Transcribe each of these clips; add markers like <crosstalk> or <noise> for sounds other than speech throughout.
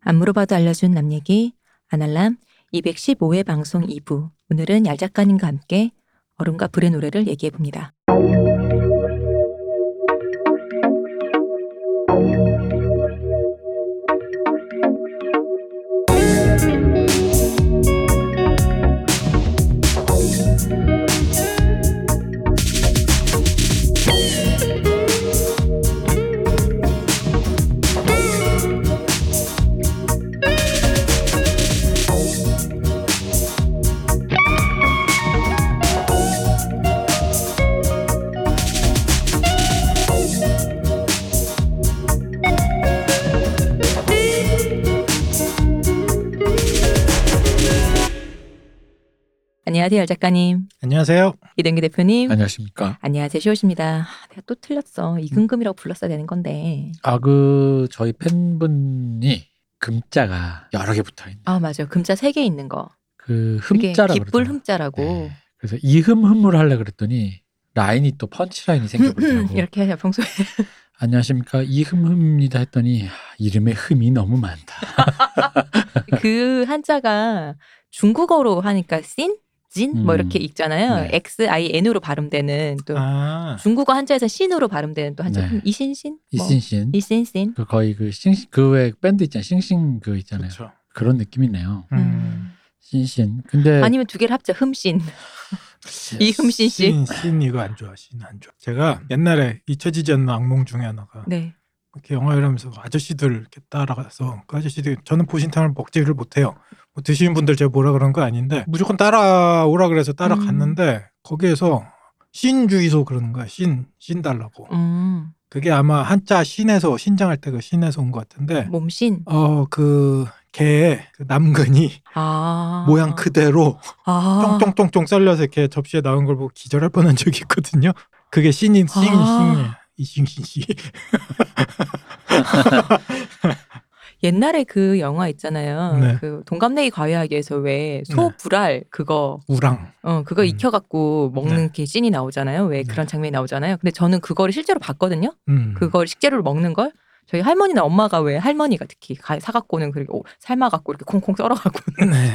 안 물어봐도 알려준 남 얘기 아날람 215회 방송 2부 오늘은 얄 작가님과 함께 얼음과 불의 노래를 얘기해 봅니다. 안녕하세요 얄 작가님 안녕하세요. 이동기 대표님 안녕하십니까. 음. 안녕하세요 시호십니다. 아, 내가 또 틀렸어 이금금이라고 불렀어야 되는 건데 아 그 저희 팬분이 금자가 여러 개 붙어 있는 아 맞아요 금자 3개 있는 거 그 그게 흠자라고 네. 기쁠 흠자라고 그래서 이흠흠을 하려 그랬더니 라인이 또 펀치 라인이 생겨버리더라고. 음, 이렇게 하냐 <laughs> 평소에 안녕하십니까 이흠흠입니다 했더니 아, 이름에 흠이 너무 뭐, 많다. 그 한자가 중국어로 하니까 씬, 진 뭐 음. 이렇게 읽잖아요. 네. X, I, N으로 발음되는 또 아 중국어 한자에서 씬으로 발음되는 또 한자 네. 이신신, 뭐 이신신 이신신. 그 거의 그 싱싱 그왜 밴드 있잖아요 싱싱 그 있잖아요 그렇죠. 그런 느낌이네요. 음. 네. 신신 근데 아. 아니면 두 개를 합쳐 흠신. 이흠신 씨. 씬, 씬 이거 안 좋아. 씬안 좋아. 제가 옛날에 잊혀지지 않는 악몽 중에 하나가 네. 이렇게 영화 이러면서 아저씨들 이렇게 따라가서 그 아저씨들 저는 보신탕을 먹지를 못해요. 뭐 드시는 분들 제가 뭐라 그런 거 아닌데 무조건 따라오라 그래서 따라갔는데 음. 거기에서 씬 주의소 그러는 거야. 씬, 씬 달라고. 음. 그게 아마 한자 신에서 신장할 때 그 신에서 온 것 네. 같은데 몸신. 어 그 개의 그 남근이 아. 모양 그대로 아. 쫑쫑쫑쫑 썰려서 이렇게 접시에 나온 걸 보고 기절할 뻔한 적이 있거든요. 그게 신인 싱 아. 싱이싱씨 옛날에 그 영화 있잖아요. 네. 그 동갑내기 과외하기에서 왜 네. 소불알 그거 우랑 어, 그거 음. 익혀갖고 먹는 게 씬이 나오잖아요. 왜 네. 그런 장면이 나오잖아요. 근데 저는 그거를 실제로 봤거든요. 음. 그걸 식재료로 먹는 걸. 저희 할머니나 엄마가 왜 할머니가 특히 가- 사갖고는 그리고 오- 삶아갖고 이렇게 콩콩 썰어갖고 네.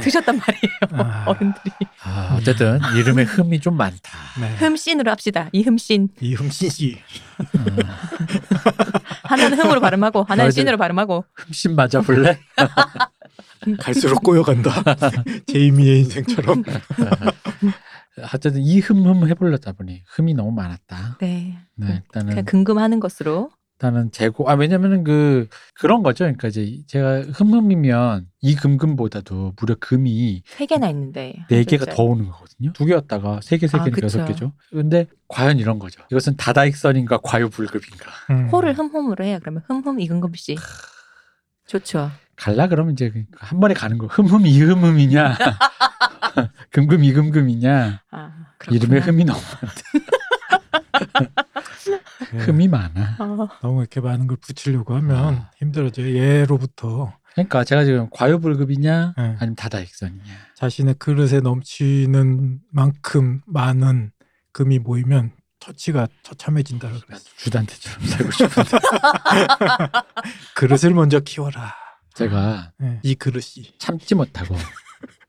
<laughs> 드셨단 말이에요. 아. 어른들이. 아, 어쨌든 이름에 흠이 좀 많다. 네. 흠씬으로 합시다. 이 흠씬. 이흠 <laughs> 신씨 아. 하나는 흠으로 발음하고, 하나는 너희들- 씬으로 발음하고. <laughs> 흠씬 맞아볼래? 갈수록 꼬여간다. <laughs> 제이미의 인생처럼. 어쨌든 이 흠흠 해보려다 보니 흠이 너무 많았다. 네. 네, 그냥 일단은 금금하는 것으로. 일단은 재고 아 왜냐면은 그 그런 거죠. 그러니까 이제 제가 흠흠이면 이 금금보다도 무려 금이 세 개나 있는데. 네 한 개가 글자에. 더 오는 거거든요. 두 개였다가 세 개, 세 아, 개니까 그쵸. 여섯 개죠. 근데 과연 이런 거죠. 이것은 다다익선인가 과유불급인가. 음. 호를 흠흠으로 해요. 그러면 흠흠 이금금씨. 좋죠. 갈라 그러면 이제 한 번에 가는 거. 흠흠 이흠흠이냐, <laughs> 금금 이금금이냐. 아, 그렇구나. 이름에 흠이 너무 예. 네. 흠이 많아. 아, 너무 이렇게 많은 걸 붙이려고 하면 힘들어져요. 예로부터 그러니까 제가 지금 과유불급이냐 예. 네. 아니면 다다익선이냐 자신의 그릇에 넘치는 만큼 많은 금이 모이면 처치가 처참해진다 그랬어. 주단태처럼 살고 싶은데 <laughs> 그릇을 먼저 키워라. 제가 네. 이 그릇이. 참지 <laughs> 못하고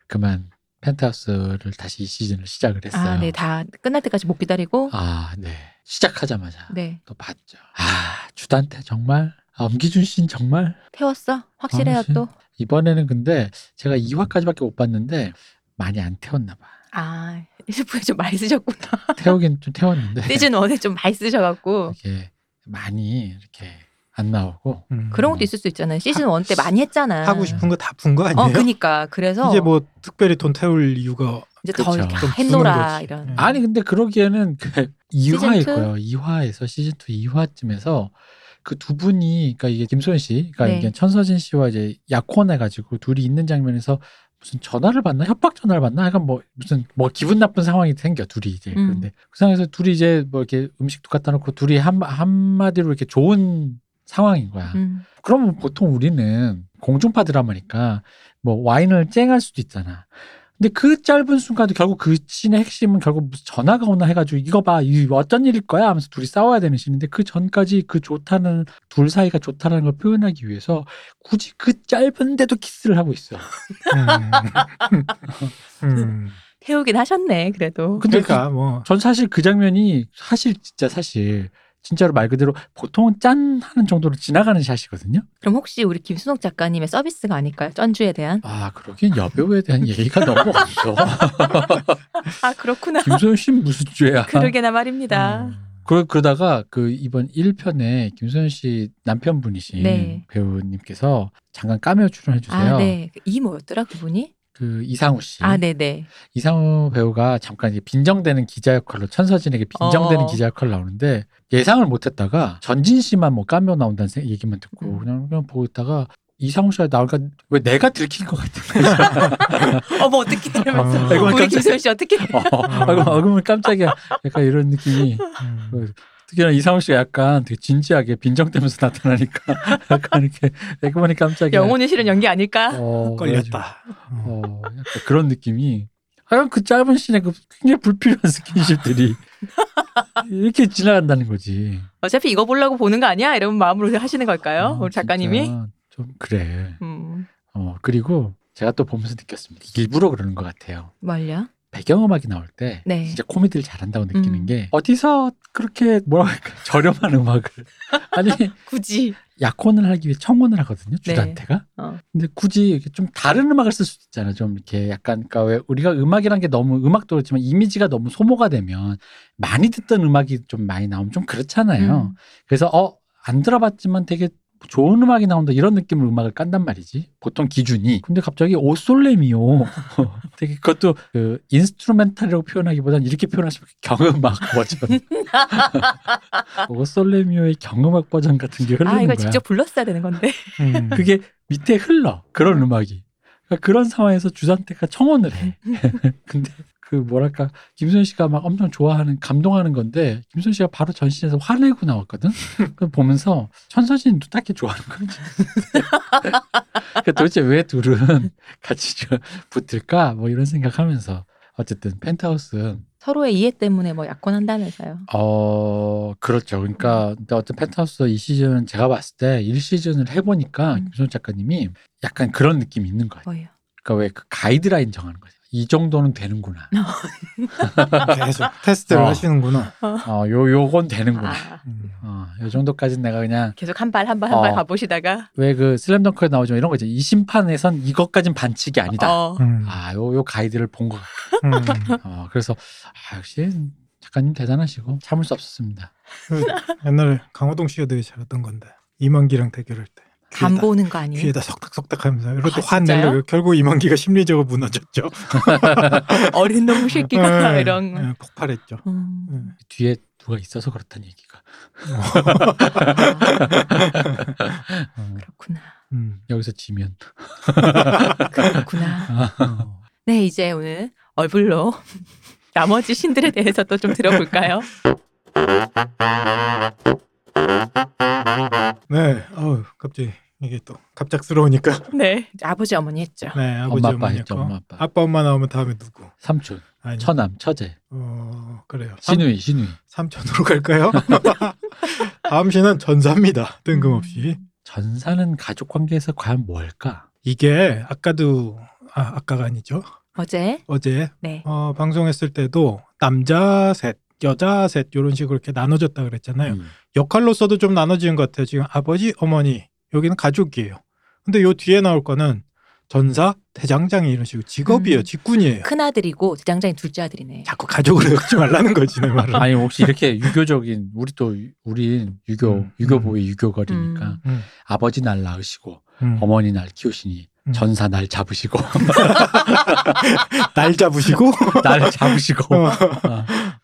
그만 펜트하우스를 다시 이 시즌을 시작을 했어요. 아, 네. 다 끝날 때까지 못 기다리고. 아, 네. 시작하자마자 네. 또 봤죠. 아 주단태 정말 아, 엄기준 씨는 정말 태웠어? 확실해요, 당신? 또? 이번에는 근데 제가 2화까지밖에 못 봤는데 많이 안 태웠나 <laughs> 봐. 아, 1부에 좀 많이 쓰셨구나. 태우긴 좀 태웠는데 시즌 1에 좀 많이 쓰셔갖고. 이게 많이 이렇게 안 나오고 음. 그런 것도 있을 수 있잖아요. 시즌 1 때 많이 했잖아. 하고 싶은 거 다 푼 거 아니에요? 어, 그니까. 그래서 이제 뭐 특별히 돈 태울 이유가 이제 더 그쵸. 이렇게 좀 아, 했노라. 부는 거지. 이런. 네. 아니 근데 그러기에는 그 음. 시즌 2화일 투? 거예요. 2화에서 시즌 2 2화쯤에서 그 두 분이 그러니까 이게 김소연 씨, 그러니까 네. 이게 천서진 씨와 이제 약혼해 가지고 둘이 있는 장면에서 무슨 전화를 받나 협박 전화를 받나 약간 뭐 무슨 뭐 기분 나쁜 상황이 생겨 둘이 이제 음. 그런데 그 상황에서 둘이 이제 뭐 이렇게 음식도 갖다 놓고 둘이 한 한마디로 이렇게 좋은 상황인 거야. 음. 그러면 보통 우리는 공중파 드라마니까 뭐 와인을 쨍할 수도 있잖아. 근데 그 짧은 순간도 결국 그 씬의 핵심은 결국 무슨 전화가 오나 해가지고 이거 봐, 이 어떤 일일 거야 하면서 둘이 싸워야 되는 씬인데 그 전까지 그 좋다는 둘 사이가 좋다는 걸 표현하기 위해서 굳이 그 짧은데도 키스를 하고 있어. <laughs> 음. 음. 태우긴 하셨네 그래도. 근데 그- 그러니까 뭐 전 사실 그 장면이 사실 진짜 사실 진짜로 말 그대로 보통은 짠 하는 정도로 지나가는 샷이거든요. 그럼 혹시 우리 김순옥 작가님의 서비스가 아닐까요? 전주에 대한? 아 그러긴 여배우에 대한 얘기가 너무 없어. 아 <laughs> 그렇구나. 김소연 씨는 무슨 죄야? 그러게나 말입니다. 아, 그러, 그러다가 그 이번 1편에 김소연 씨 남편분이신 네. 배우님께서 잠깐 까메오 출연해 주세요. 아 네. 그이 뭐였더라 그분이? 그 이상우 씨. 아 네네. 이상우 배우가 잠깐 이게 빈정되는 기자 역할로 천서진에게 빈정되는 어. 기자 역할 나오는데 예상을 못 했다가 전진 씨만 뭐 까메오 나온다는 세- 얘기만 듣고 음. 그냥, 그냥 보고 있다가 이상우 씨가 나오니까 왜 내가 들킨 것 같은 거야. 어머 어떻게 이러면서 어. 아이고, 우리 깜짝- 김소연 씨 어떻게? <laughs> 어, 아이고, 아이고, 깜짝이야. 약간 이런 느낌이. 음. 특히나 이상우 씨가 약간 되게 진지하게 빈정되면서 나타나니까 <laughs> 약간 이렇게 내가 보니 깜짝이야. 영혼의 실은 연기 아닐까? 어, 걸렸다. 그래가지고, 어, 약간 그런 느낌이. 하여간 그 짧은 씬에 그 굉장히 불필요한 <laughs> 스킨십들이 이렇게 지나간다는 거지. 어차피 이거 보려고 보는 거 아니야? 이런 마음으로 하시는 걸까요? 아, 우리 작가님이? 진짜 좀 그래. 음. 어, 그리고 제가 또 보면서 느꼈습니다. 일부러 그러는 것 같아요. 말야. 배경음악이 나올 때 네. 진짜 코미디를 잘한다고 느끼는 음. 게 어디서 그렇게 뭐라고 할까 저렴한 음악을 <laughs> 아니 굳이. 약혼을 하기 위해 청혼을 하거든요 주단태가 어. 근데 굳이 이렇게 좀 다른 음악을 쓸 수도 있잖아 좀 이렇게 약간 그러니까 왜 우리가 음악이란 게 너무 음악도 그렇지만 이미지가 너무 소모가 되면 많이 듣던 음악이 좀 많이 나오면 좀 그렇잖아요 음. 그래서 어 안 들어봤지만 되게 좋은 음악이 나온다 이런 느낌으로 음악을 깐단 말이지 보통 기준이 근데 갑자기 오솔레미오 <laughs> 되게 그것도 그 인스트루멘탈이라고 표현하기보다는 이렇게 표현하시면 경음악 <laughs> 버전 오솔레미오의 경음악 버전 같은 게 흐르는 아 이걸 거야 직접 불렀어야 되는 건데. 음. <laughs> 그게 밑에 흘러 그런 음악이 그러니까 그런 상황에서 주산태가 청혼을 해 근데 그 뭐랄까 김선 씨가 막 엄청 좋아하는 감동하는 건데 김선 씨가 바로 전신에서 화내고 나왔거든 그 보면서 천서진도 딱히 좋아하는 건지 그 도대체 왜 둘은 같이 좀 붙을까 뭐 이런 생각하면서 어쨌든 펜트하우스 <laughs> 서로의 이해 때문에 뭐 약혼한다면서요. 어 그렇죠. 그러니까 근데 어떤 펜트하우스 이 시즌 제가 봤을 때 1시즌을 해보니까 음. 김선 작가님이 약간 그런 느낌이 있는 것 같아요. 뭐예요? 그러니까 왜 그 가이드라인 정하는 거죠. 이 정도는 되는구나. 계속 테스트를 어. 하시는구나. 어 요 요건 되는구나. 아, 음. 어요 정도까지는 내가 그냥 계속 한 발 한 발 한 발 어. 가보시다가 왜 그 슬램덩크에 나오죠 이런 거 있죠. 이 심판에선 이것까진 반칙이 아니다. 어. 음. 아요 요 가이드를 본 것 같아요. 음. 어, 그래서 아, 역시 작가님 대단하시고 참을 수 없었습니다. 그 옛날에 강호동 씨가 되게 잘했던 건데 이만기랑 대결할 때 간 귀에다, 보는 거 아니에요? 귀에다 석닥석닥하면서 이렇게 아, 진짜요? 화내려고 결국 이만기가 <laughs> 심리적으로 무너졌죠. 어린 놈 새끼가 네, 이런. 네, 폭발했죠. 음. 네. 뒤에 누가 있어서 그렇다는 얘기가 아, 어, 그렇구나. 음. 여기서 지면 그렇구나. 어. 네, 이제 오늘 얼굴로 <laughs> 나머지 신들에 대해서 또 좀 들어볼까요? 네. 어우, 갑자기 이게 또 갑작스러우니까. 네. 아버지 어머니 했죠. <laughs> 네. 아버지 엄마, 아빠 어머니 했죠, 거. 엄마, 아빠. 아빠 엄마 나오면 다음에 누구? 삼촌, 네. 아니. 처남, 처제. 어 그래요. 삼, 신우이 신우이 삼촌으로 갈까요? <laughs> 다음 시는 전사입니다. 뜬금없이. 음. 전사는 가족 관계에서 과연 뭘까? 이게 아까도 아 아까가 아니죠. 어제 어제 네. 어, 방송했을 때도 남자 셋, 여자 셋 이런 식으로 이렇게 나눠졌다 그랬잖아요. 음. 역할로서도 좀 나눠지는 것 같아요. 지금 아버지, 어머니 여기는 가족이에요. 근데 요 뒤에 나올 거는 전사, 대장장이 이런 식으로 직업이에요, 음. 직군이에요. 큰 아들이고 대장장이 둘째 아들이네. 자꾸 가족으로 엮지 말라는 거지 내 말은. 아니 혹시 이렇게 유교적인 우리 또 유- 우린 유교 음. 유교보의 유교거리니까 음. 음. 아버지 날 낳으시고 음. <laughs> 어머니 날 키우시니 음. 전사 날 잡으시고 <laughs> <laughs> 날 잡으시고 날 잡으시고 어, <laughs> 어,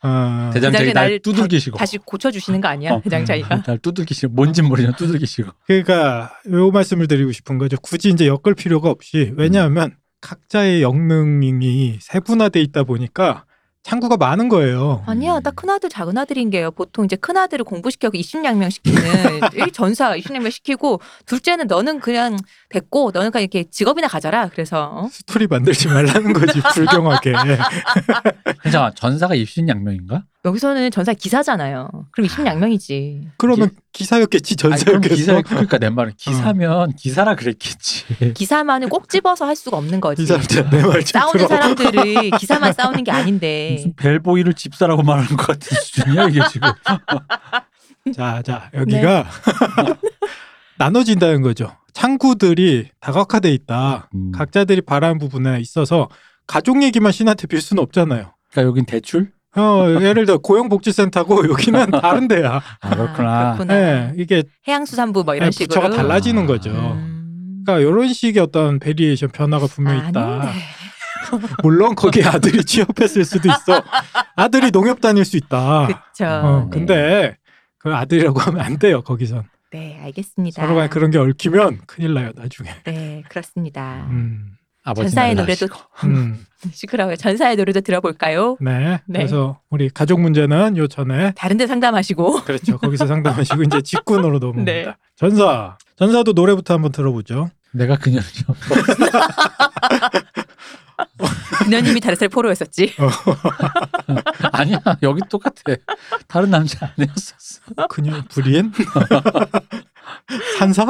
어, 대장장이 대장장이 날 날 두들기시고 다시 고쳐주시는 거 아니야? 어. 대장장이가. 날 두들기시고 뭔지 모르지만 두들기시고 그러니까 요 말씀을 드리고 싶은 거죠. 굳이 이제 엮을 필요가 없이 왜냐하면 각자의 역능이 세분화돼 있다 보니까 창구가 많은 거예요. 아니야, 딱 큰아들, 작은아들인 게요. 보통 이제 큰아들을 공부시켜고 입신양명 <laughs> 시키는 일 전사 입신양명 시키고 둘째는 너는 그냥 됐고 너는 그냥 이렇게 직업이나 가져라. 그래서 어? 스토리 만들지 말라는 <laughs> 거지 불경하게. 잠깐 전사가 입신양명인가? 여기서는 전사 기사잖아요. 그럼 입신양명이지. 그러면 기사였겠지 아니, 그럼 전사였겠어. 기사 그러니까 내 말은 기사면 기사라 그랬겠지. 기사만을 꼭 집어서 할 수가 없는 거지. 이 사람들 내말 좀 싸우는 들어. <laughs> 사람들을 기사만 싸우는 게 아닌데. 예. 무슨 벨보이를 집사라고 말하는 것 같은 수준이야 이게 지금. 자, 자 네. 여기가 <laughs> 나눠진다는 거죠. 창구들이 다각화돼 있다. 음. 각자들이 바라는 부분에 있어서 가족 얘기만 신한테 빌 수는 없잖아요. 그러니까 여긴 대출? 어, 예를 들어 고용복지센터고 <laughs> 여기는 다른 데야. 아 그렇구나. 그렇구나. 예, 이게 해양수산부 뭐 이런 예, 식으로. 부처가 달라지는 거죠. 음. 그러니까 이런 식의 어떤 베리에이션 변화가 분명히 있다. 아닌데. 물론 거기 아들이 취업했을 수도 있어. 아들이 농협 다닐 수 있다. 그쵸. 어, 네. 근데 그 아들이라고 하면 안 돼요. 거기선 네, 알겠습니다. 서로 간에 그런 게 얽히면 큰일 나요. 나중에. 네, 그렇습니다. 음, 아버지 전사의 날라. 노래도 음, 시끄러워요. 전사의 노래도 들어볼까요? <laughs> 네. 네. 그래서 우리 가족 문제는 요 전에 다른데 상담하시고. <laughs> 그렇죠. 거기서 상담하시고 이제 직군으로 넘어옵니다. 네. 전사. 전사도 노래부터 한번 들어보죠. 내가 그녀를 그녀님이 다른 살 포로였었지. <laughs> 어, 아니야 여기 똑같아. 다른 남자 아니었었어. 그녀 <laughs> 불인 산사?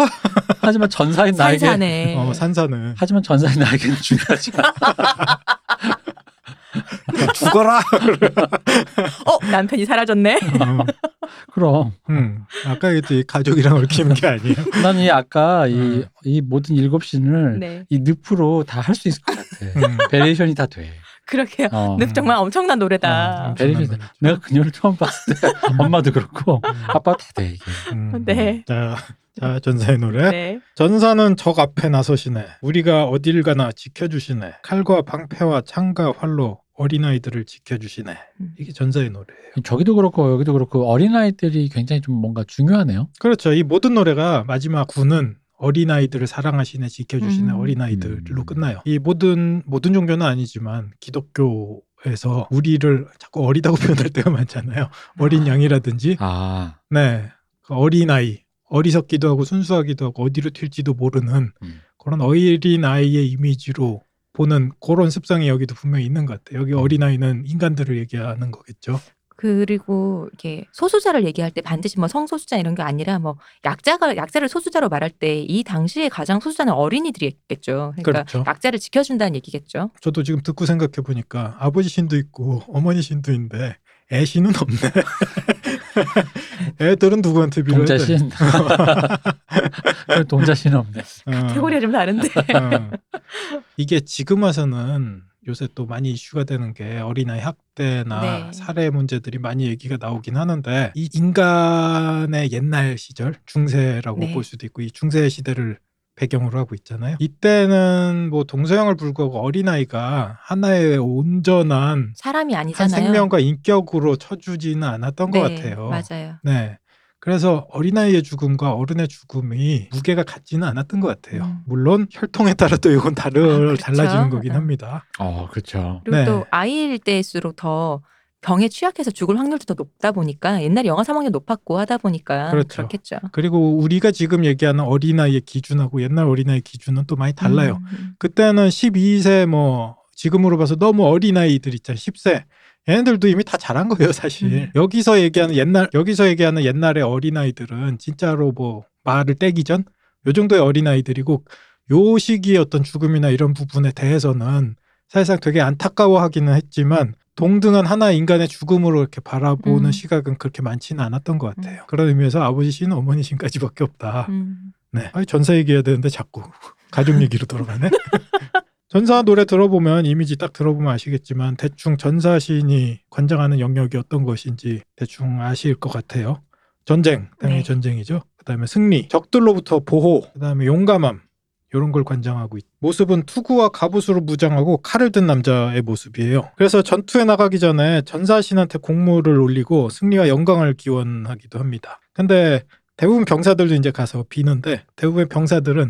하지만 전사인 나에게 산사네. 어, 산사는 하지만 전사인 나에게는 중요하지 않아. <laughs> <laughs> 죽어라. 어, 남편이 사라졌네. 어, 그럼 음, 아까 얘기 가족이랑 얽히는 게 아니에요. 난 이 아까 이, 음. 이 모든 일곱 신을 네. 이 늪으로 다 할 수 있을 것 같아. 음. 베리에이션이 다 돼. 그러게요. 어. 늪 정말 엄청난 노래다. 음, 베리에이션이 다- 내가 그녀를 처음 봤을 때 엄마도 그렇고 아빠 다 돼. 이게. 음. 네. 자, 자 전사의 노래. 네. 전사는 적 앞에 나서시네. 우리가 어딜 가나 지켜주시네. 칼과 방패와 창과 활로 어린아이들을 지켜주시네. 음. 이게 전사의 노래예요. 저기도 그렇고 여기도 그렇고 어린아이들이 굉장히 좀 뭔가 중요하네요. 그렇죠. 이 모든 노래가 마지막 구는 어린아이들을 사랑하시네, 지켜주시네, 음. 어린아이들로 음. 끝나요. 이 모든 모든 종교는 아니지만 기독교에서 우리를 자꾸 어리다고 <laughs> 표현할 때가 많잖아요. 어린 양이라든지, 아. 네, 그 어린아이, 어리석기도 하고 순수하기도 하고 어디로 튈지도 모르는 음. 그런 어린아이의 이미지로 보는 그런 습성이 여기도 분명히 있는 것 같아요. 여기 어린아이는 인간들을 얘기하는 거겠죠. 그리고 이렇게 소수자를 얘기할 때 반드시 뭐 성소수자 이런 게 아니라 뭐 약자가 약자를 소수자로 말할 때 이 당시에 가장 소수자는 어린이들이겠죠. 그러니까 그렇죠. 약자를 지켜준다는 얘기겠죠. 저도 지금 듣고 생각해 보니까 아버지 신도 있고 어머니 신도 있는데 애 신은 없네. 애들은 누구한테 빌어야 돼? <laughs> 동자신. 동자신 없네. 어, 카테고리가 좀 다른데. 어. 이게 지금 와서는 요새 또 많이 이슈가 되는 게 어린아이 학대나 네. 살해 문제들이 많이 얘기가 나오긴 하는데 이 인간의 옛날 시절 중세라고 네. 볼 수도 있고 이 중세 시대를 배경으로 하고 있잖아요. 이때는 뭐 동서양을 불구하고 어린아이가 하나의 온전한 <laughs> 사람이 한 아니잖아요. 네, 생명과 인격으로 쳐주지는 않았던 것 같아요. 맞아요. 네. 그래서 어린아이의 죽음과 어른의 죽음이 무게가 같지는 않았던 것 같아요. 음. 물론 혈통에 따라 또 이건 다르, 아, 그렇죠. 달라지는 거긴 음. 합니다. 어, 그렇죠. 그리고 네. 또 아이일 때일수록 더 병에 취약해서 죽을 확률도 더 높다 보니까 옛날 영아 사망률 높았고 하다 보니까 그렇죠. 그렇겠죠 그리고 우리가 지금 얘기하는 어린아이의 기준하고 옛날 어린아이 기준은 또 많이 달라요. 음, 그때는 12세 뭐 지금으로 봐서 너무 어린아이들 있잖아요. 10세. 얘네들도 이미 다 자란 거예요, 사실. 음. 여기서 얘기하는 옛날 여기서 얘기하는 옛날의 어린아이들은 진짜로 뭐 말을 떼기 전 요 정도의 어린아이들이고 요 시기의 어떤 죽음이나 이런 부분에 대해서는 사실상 되게 안타까워하기는 했지만 동등한 하나의 인간의 죽음으로 이렇게 바라보는 음. 시각은 그렇게 많지는 않았던 것 같아요. 그런 의미에서 아버지 신, 어머니 <laughs> 신까지밖에 없다. 음. 네. 아니, 전사 얘기해야 되는데 자꾸 가족 얘기로 돌아가네. <laughs> 전사 노래 들어보면 이미지 딱 들어보면 아시겠지만 대충 전사 시인이 관장하는 영역이 어떤 것인지 대충 아실 것 같아요. 전쟁, 당연히 네. 전쟁이죠. 그다음에 승리, 적들로부터 보호, 그다음에 용감함 이런 걸 관장하고 있. 모습은 투구와 갑옷으로 무장하고 칼을 든 남자의 모습이에요. 그래서 전투에 나가기 전에 전사신한테 공물을 올리고 승리와 영광을 기원하기도 합니다. 근데 대부분 병사들도 이제 가서 비는데 대부분의 병사들은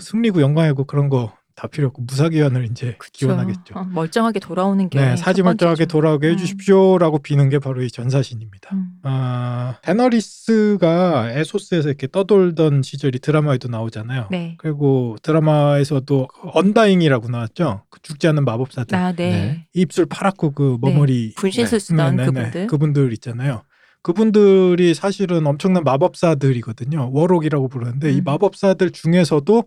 뭐 승리고 영광이고 그런 거 다 필요 없고 무사기한을 이제 그쵸. 기원하겠죠. 어, 멀쩡하게 돌아오는 게. 네, 첫 사지멀쩡하게 번째죠. 돌아오게 음. 해주십시오라고 비는 게 바로 이 전사신입니다. 음. 아, 테너리스가 에소스에서 이렇게 떠돌던 시절이 드라마에도 나오잖아요. 네. 그리고 드라마에서도 언다잉이라고 나왔죠. 그 죽지 않는 마법사들. 아, 네. 네. 입술 파랗고 그 머머리 분신술 네. 쓰던 네, 네, 네. 그분들. 그분들 있잖아요. 그분들이 사실은 엄청난 마법사들이거든요. 워록이라고 부르는데 이 음. 마법사들 중에서도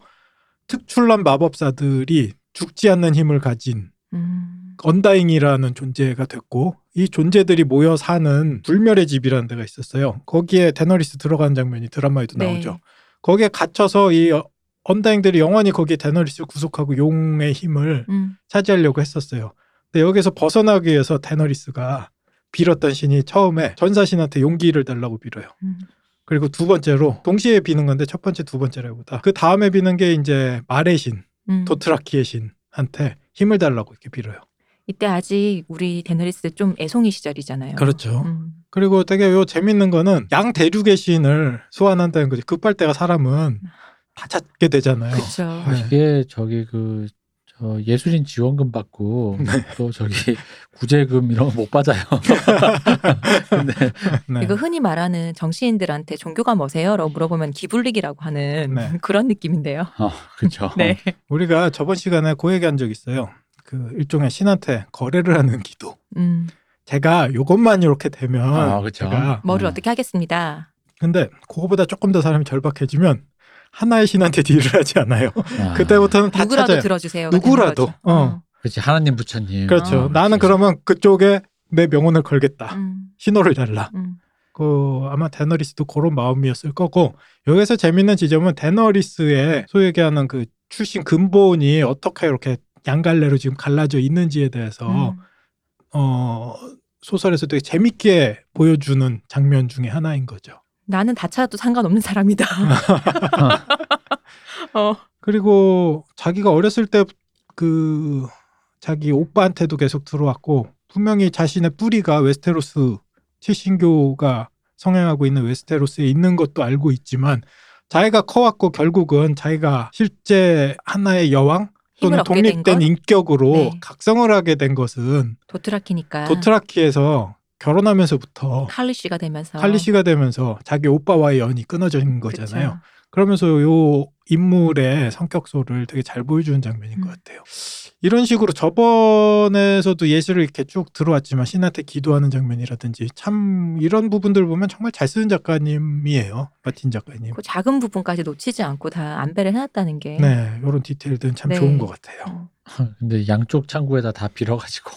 특출난 마법사들이 죽지 않는 힘을 가진 음. 언다잉이라는 존재가 됐고 이 존재들이 모여 사는 불멸의 집이라는 데가 있었어요. 거기에 테너리스 들어가는 장면이 드라마에도 네. 나오죠. 거기에 갇혀서 이 어- 언다잉들이 영원히 거기에 테너리스를 구속하고 용의 힘을 음. 차지하려고 했었어요. 근데 여기서 벗어나기 위해서 테너리스가 빌었던 신이 처음에 전사신한테 용기를 달라고 빌어요. 음. 그리고 두 번째로 동시에 비는 건데 첫 번째 두 번째라기보다 그 다음에 비는 게 이제 말의 신, 음. 도트라키의 신한테 힘을 달라고 이렇게 빌어요. 이때 아직 우리 데너리스 좀 애송이 시절이잖아요. 그렇죠. 음. 그리고 되게 요 재밌는 거는 양 대륙의 신을 소환한다는 거지. 급할 때가 사람은 다 찾게 되잖아요. 그렇죠. 네. 이게 저기 그. 저 예술인 지원금 <laughs> 받고 네. 또 저기 구제금 이런 거 못 받아요. <laughs> 근데 <laughs> 네. 이거 흔히 말하는 정치인들한테 종교가 뭐세요? 라고 물어보면 기불릭이라고 하는 네. <laughs> 그런 느낌인데요. 어, 그렇죠. 네. 우리가 저번 시간에 그 얘기한 적 있어요. 그 일종의 신한테 거래를 하는 기도. 음, 제가 요것만 이렇게 되면 아, 그쵸. 제가 뭐를 음. 어떻게 하겠습니다. 근데 그거보다 조금 더 사람이 절박해지면 하나의 신한테 딜을 하지 않아요. 아, 그때부터는 다 누구라도 찾아요. 들어주세요. 누구라도. 같은 거죠. 어. 그렇지 하나님 부처님. 그렇죠. 어, 나는 그렇지. 그러면 그쪽에 내 명혼을 걸겠다. 음, 신호를 달라. 음. 그 아마 데너리스도 그런 마음이었을 거고 여기서 재밌는 지점은 데너리스의 소위 얘기하는 그 출신 근본이 어떻게 이렇게 양갈래로 지금 갈라져 있는지에 대해서 음. 어 소설에서 되게 재밌게 보여주는 장면 중에 하나인 거죠. 나는 다쳐도 상관없는 <laughs> 사람이다. 어. 그리고 자기가 어렸을 때 그 자기 오빠한테도 계속 들어왔고 분명히 자신의 뿌리가 웨스테로스 칠신교가 성행하고 있는 웨스테로스에 있는 것도 알고 있지만 자기가 커왔고 결국은 자기가 실제 하나의 여왕 힘을 또는 얻게 된 독립된 건 인격으로 네. 아. 각성을 하게 된 것은 도트라키니까. 도트라키에서 결혼하면서부터 칼리 씨가 되면서. 칼리 씨가 되면서 자기 오빠와의 연이 끊어진 그쵸. 거잖아요. 그러면서 요 인물의 성격소를 되게 잘 보여주는 장면인 것 음. 같아요. 이런 식으로 저번에서도 예시를 이렇게 쭉 들어왔지만 신한테 기도하는 장면이라든지 참 이런 부분들 보면 정말 잘 쓰는 작가님이에요. 마틴 작가님. 그 작은 부분까지 놓치지 않고 다 안배를 해놨다는 게. 예. 네, 이런 디테일들은 참 네. 좋은 것 같아요. 어, 근데 양쪽 창구에다 다 빌어가지고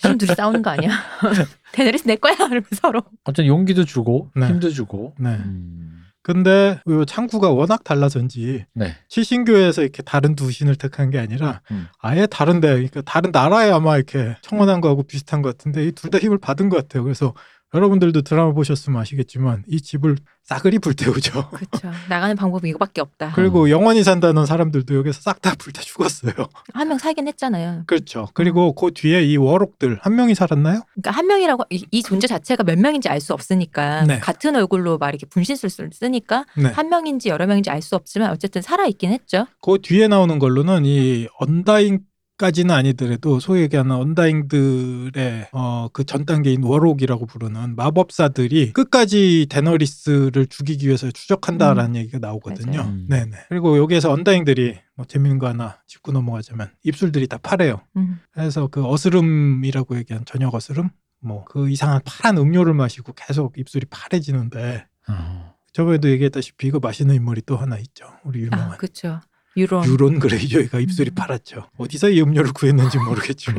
지금 둘이 싸우는 거 <laughs> 아니야? <laughs> 데너리스 내 거야. 이러면서 서로. 어쨌든 용기도 주고 네. 힘도 주고. 네. 음, 근데 요 창구가 워낙 달라서인지 네. 시신교에서 이렇게 다른 두 신을 택한 게 아니라 음. 아예 다른데 그러니까 다른 나라에 아마 이렇게 청원한 거하고 비슷한 것 같은데 이 둘 다 힘을 받은 것 같아요. 그래서 여러분들도 드라마 보셨으면 아시겠지만 이 집을 싸그리 불태우죠. <laughs> 그렇죠. 나가는 방법이 이거밖에 없다. 음. 그리고 영원히 산다는 사람들도 여기서 싹 다 불타 죽었어요. <laughs> 한 명 살긴 했잖아요. 그렇죠. 그리고 그 뒤에 이 워록들 한 명이 살았나요? 그러니까 한 명이라고 이, 이 존재 자체가 몇 명인지 알 수 없으니까 네. 같은 얼굴로 막 이렇게 분신술을 쓰니까 네. 한 명인지 여러 명인지 알 수 없지만 어쨌든 살아 있긴 했죠. 그 뒤에 나오는 걸로는 이 언다잉까지는 아니더라도 소위 얘기하는 언다잉들의 어, 그 전 단계인 워록이라고 부르는 마법사들이 끝까지 데너리스를 죽이기 위해서 추적한다라는 얘기가 나오거든요. 맞아요. 음. 네네. 그리고 여기에서 언다잉들이 뭐 재밌는 거 하나 짚고 넘어가자면 입술들이 다 파래요. 음. 그래서 그 어스름이라고 얘기한 저녁 어스름 뭐 그 이상한 파란 음료를 마시고 계속 입술이 파래지는데 어. 저번에도 얘기했다시피 이거 마시는 인물이 또 하나 있죠. 우리 유명한. 아 그렇죠. 유론. 유론 그레이저가 입술이 음. 파랗죠. 어디서 이 음료를 구했는지 모르겠지만.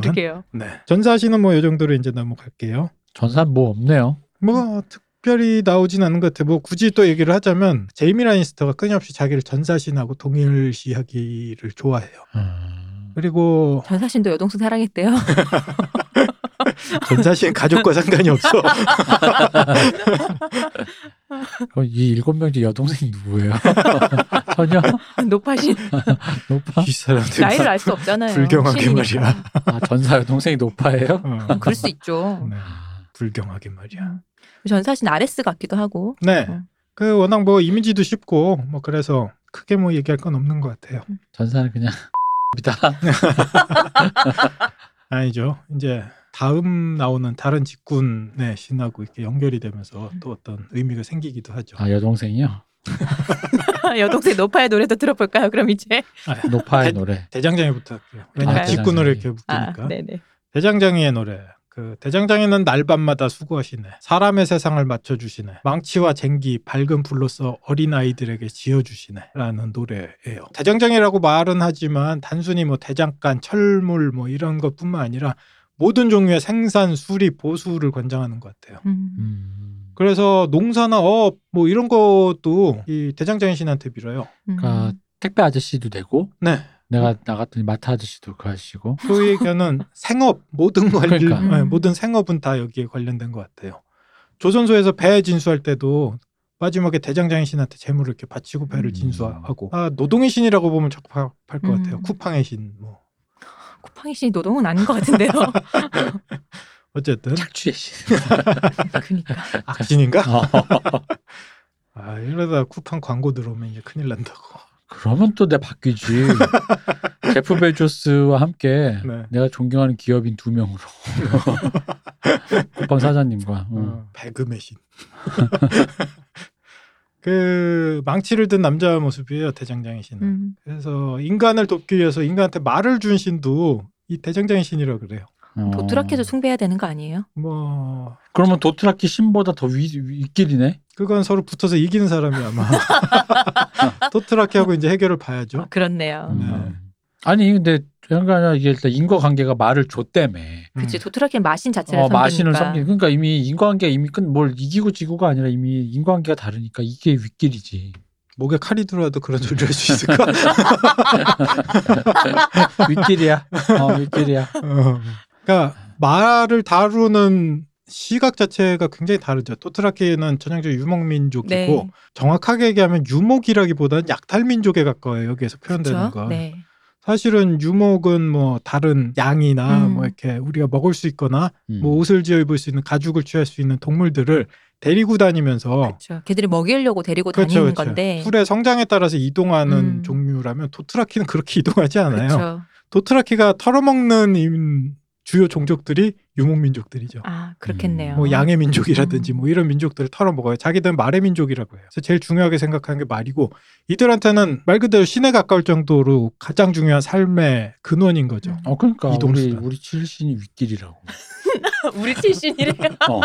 <laughs> 그러게요. 네. 전사시는 뭐 이 정도로 이제 넘어갈게요. 전사 뭐 없네요. 뭐 특별히 나오진 않은 것 같아. 뭐 굳이 또 얘기를 하자면 제이미 라니스터가 끊임없이 자기를 전사신하고 동일시하기를 좋아해요. 음, <laughs> 그리고 전사신도 여동생 사랑했대요. <laughs> 전사신 가족과 <laughs> 상관이 없어. 어, 이 일곱 명 중 여동생이 누구예요? <laughs> 전혀 높아신 <laughs> 높아. 이 사람들 나이를 알 수 없잖아요. 불경하게 신이니까. 말이야. 아, 전사 여동생이 높아예요? 음, 그럴 수 있죠. 어. 네. 아, 불경하게 말이야. 음. 전사신 아레스 같기도 하고. <laughs> 네. 음. 그 워낙 뭐 이미지도 쉽고 뭐 그래서 크게 뭐 얘기할 건 없는 것 같아요. 전사는 그냥 입니다. 아니죠. 이제 다음 나오는 다른 직군의 신하고 이렇게 연결이 되면서 또 어떤 의미가 생기기도 하죠. 아 여동생이요. 여동생 노파의 노래도 들어볼까요? 그럼 이제 노파의 대- 노래. 대장장이부터 할게요. 왜냐 그럴까요? 직군으로 이렇게 아, 그러니까. 묶이니까. 네네. 대장장이의 노래. 그 대장장이는 날밤마다 수고하시네. 사람의 세상을 맞춰주시네. 망치와 쟁기, 밝은 불로써 어린아이들에게 지어주시네. 라는 노래예요. 대장장이라고 말은 하지만 단순히 뭐 대장간, 철물 뭐 이런 것뿐만 아니라 모든 종류의 생산, 수리, 보수를 권장하는 것 같아요. 음. 음, 그래서 농사나 업 뭐 이런 것도 이 대장장이 신한테 빌어요. 그러니까 음. 택배 아저씨도 되고 네. 내가 나갔더니 마트 아저씨도 그 아저씨고. 소위 얘기하는 생업 모든 관 그러니까. 네, 모든 생업은 다 여기에 관련된 것 같아요. 조선소에서 배 진수할 때도 마지막에 대장장이 신한테 재물을 이렇게 바치고 배를 음. 진수하고 아 노동의 신이라고 보면 적합할 것 음. 같아요. 쿠팡의 신 뭐. 쿠팡이 씨 노동은 아닌 것 <laughs> 같은데요. 어쨌든 착취의 신. 그러니까. 악신인가? 어, <laughs> 아 이러다 쿠팡 광고 들어오면 이제 큰일 난다고. 그러면 또 내 <laughs> 바뀌지. 제프 벨조스와 함께 네. 내가 존경하는 기업인 두 <laughs> 명으로 쿠팡 사장님과 음. 배금의 신. <laughs> 그 망치를 든 남자 모습이에요 대장장이 신은. 음. 그래서 인간을 돕기 위해서 인간한테 말을 준 신도 이 대장장이 신이라 그래요. 어. 도트라케도 숭배해야 되는 거 아니에요? 뭐 그러면 도트라키 신보다 더 위, 윗길이네. 그건 서로 붙어서 이기는 사람이 아마 <laughs> 토트라키하고 이제 해결을 봐야죠. 아, 그렇네요. 네. 음. 아니 근데 그러니까 이게 일단 인과관계가 말을 줬다며. 음. 그치 도트라키는 마신 자체를 음. 어, 섬기니까. 마신을 섬기. 그러니까 이미 인과관계 가 이미 끝 뭘 이기고 지고가 아니라 이미 인과관계가 다르니까 이게 윗길이지. 목에 칼이 들어와도 그런 소리를 할 수 있을까? <laughs> 윗길이야. 어, 윗길이야. 어. 그러니까 말을 다루는 시각 자체가 굉장히 다르죠. 토트라키는 전형적 인 유목민족이고 네. 정확하게 얘기하면 유목이라기보다는 약탈민족에 가까워요. 여기에서 표현되는 그렇죠. 건. 네. 사실은 유목은 뭐 다른 양이나 음. 뭐 이렇게 우리가 먹을 수 있거나 음. 뭐 옷을 지어 입을 수 있는 가죽을 취할 수 있는 동물들을 데리고 어. 다니면서 그렇죠. 걔들이 먹이려고 데리고 그렇죠, 다니는 건데. 풀의 성장에 따라서 이동하는 음. 종류라면 도트라키는 그렇게 <laughs> 이동하지 않아요. 그렇죠. 도트라키가 털어먹는 임- 주요 종족들이 유목민족들이죠. 아 그렇겠네요. 음. 뭐 양의 민족이라든지 음. 뭐 이런 민족들을 털어먹어요. 자기들은 말의 민족이라고 해요. 그래서 제일 중요하게 생각하는 게 말이고 이들한테는 말 그대로 신에 가까울 정도로 가장 중요한 삶의 근원인 거죠. 음. 어 그러니까 우리 이동수단. 우리 칠신이 윗길이라고. <laughs> 우리 출신이래요. 어,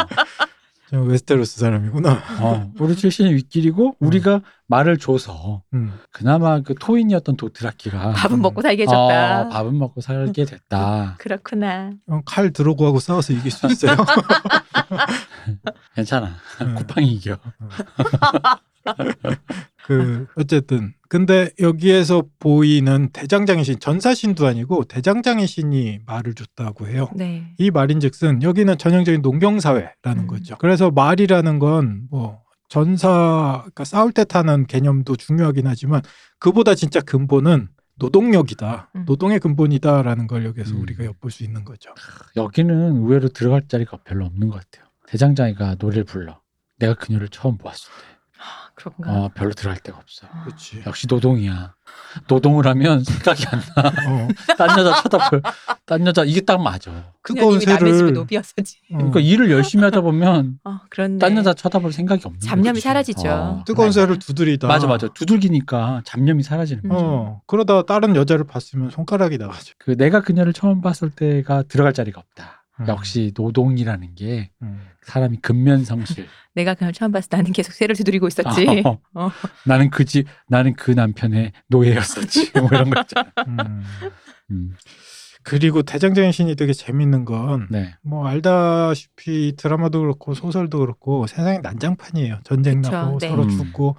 저 웨스테로스 사람이구나. 어. 우리 칠신이 윗길이고 우리가 말을 줘서 음. 그나마 그 토인이었던 도트라키가 밥은 음. 먹고 살게 해줬다. 어, 밥은 먹고 <laughs> 살게 됐다. 그렇구나. 어, 칼 들어고 하고 싸워서 이길 <laughs> 수 있어요. 괜찮아. 음. 쿠팡이 이겨. 그 어쨌든 근데 여기에서 보이는 대장장의 신 전사신도 아니고 대장장의 신이 말을 줬다고 해요. 네. 이 말인즉슨 여기는 전형적인 농경사회라는 음. 거죠. 그래서 말이라는 건 뭐 전사가 싸울 때 타는 개념도 중요하긴 하지만 그보다 진짜 근본은 노동력이다. 음. 노동의 근본이다라는 걸 여기서 음. 우리가 엿볼 수 있는 거죠. 여기는 의외로 들어갈 자리가 별로 없는 것 같아요. 대장장이가 노래를 불러. 내가 그녀를 처음 보았을 때. 아, 그렇구나. 어, 별로 들어갈 데가 없어. 아, 그렇지. 역시 노동이야. 노동을 하면 생각이 안 나. 어, 딴 여자 쳐다볼. 딴 여자 이게 딱 맞아. 그녀님이 남의 뜨거운 집에 새를 노비였었지. <laughs> 그러니까 어, 일을 열심히 <laughs> 하다 보면 아 음. 그렇네. 딴 여자 쳐다볼 생각이 없는 잡념이 거지. 어, 사라지죠. 네. 뜨거운 그래. 새를 두드리다. 네. 맞아 맞아. 두들기니까 잡념이 사라지는 음. 거야. 어, 그러다 다른 여자를 봤으면 손가락이 나가죠. 그 내가 그녀를 처음 봤을 때가 들어갈 자리가 없다. 음. 역시 노동이라는 게 음. 사람이 근면성실. 내가 그날 처음 봤을 때 나는 계속 쇠를 두드리고 있었지. 아. 어. 어. <laughs> 나는 그집 나는 그 남편의 노예였었지. <laughs> 뭐 이런 거 있잖아. 음. 음. 그리고 대장장의 신이 되게 재밌는 건 뭐 네. 알다시피 드라마도 그렇고 소설도 그렇고 세상이 난장판이에요. 전쟁 그쵸, 나고 네. 서로 음. 죽고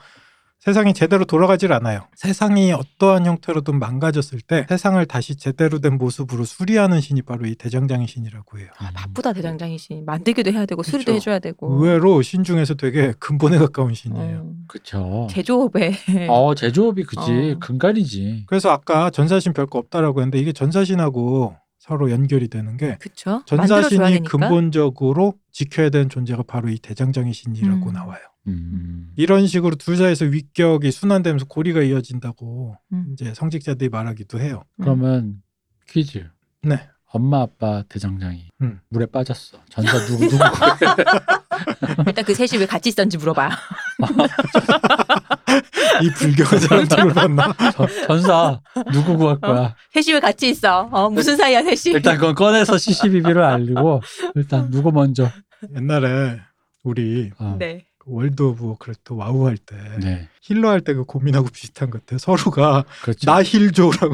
세상이 제대로 돌아가질 않아요. 세상이 어떠한 형태로든 망가졌을 때 세상을 다시 제대로 된 모습으로 수리하는 신이 바로 이 대장장의 신이라고 해요. 아, <laughs> 바쁘다 대장장이신 만들기도 해야 되고 수리도 그쵸. 해줘야 되고. 의외로 신 중에서 되게 근본에 가까운 신이에요. 어, 그쵸. 제조업에. <laughs> 어 제조업이 그지 어. 근간이지. 그래서 아까 전사신 별거 없다라고 했는데 이게 전사신하고 서로 연결이 되는 게 그쵸. 만들어줘야 전사신이 되니까. 근본적으로 지켜야 되는 존재가 바로 이 대장장이 신이라고 음. 나와요. 음. 이런 식으로 둘 사이에서 위격이 순환되면서 고리가 이어진다고 음. 이제 성직자들이 말하기도 해요. 음. 그러면 퀴즈. 네. 엄마 아빠 대장장이 음. 물에 빠졌어. 전사 누구 누구 <laughs> 일단 그 셋이 왜 같이 있었는지 물어봐. <laughs> 이 <laughs> 불교한 사람들을 봤나? 전- 전사 누구 구할 거야. 셋이 왜 같이 있어? 어, 무슨 사이야 셋이? 일단 그건 꺼내서 CCBB를 알리고 일단 누구 먼저. 옛날에 우리 그 어, <laughs> 네. 월드 오브 워크래프트 와우 할 때 네. 힐러 할 때 그 고민하고 비슷한 것 같아. 서로가 그렇죠. 나 힐 줘라고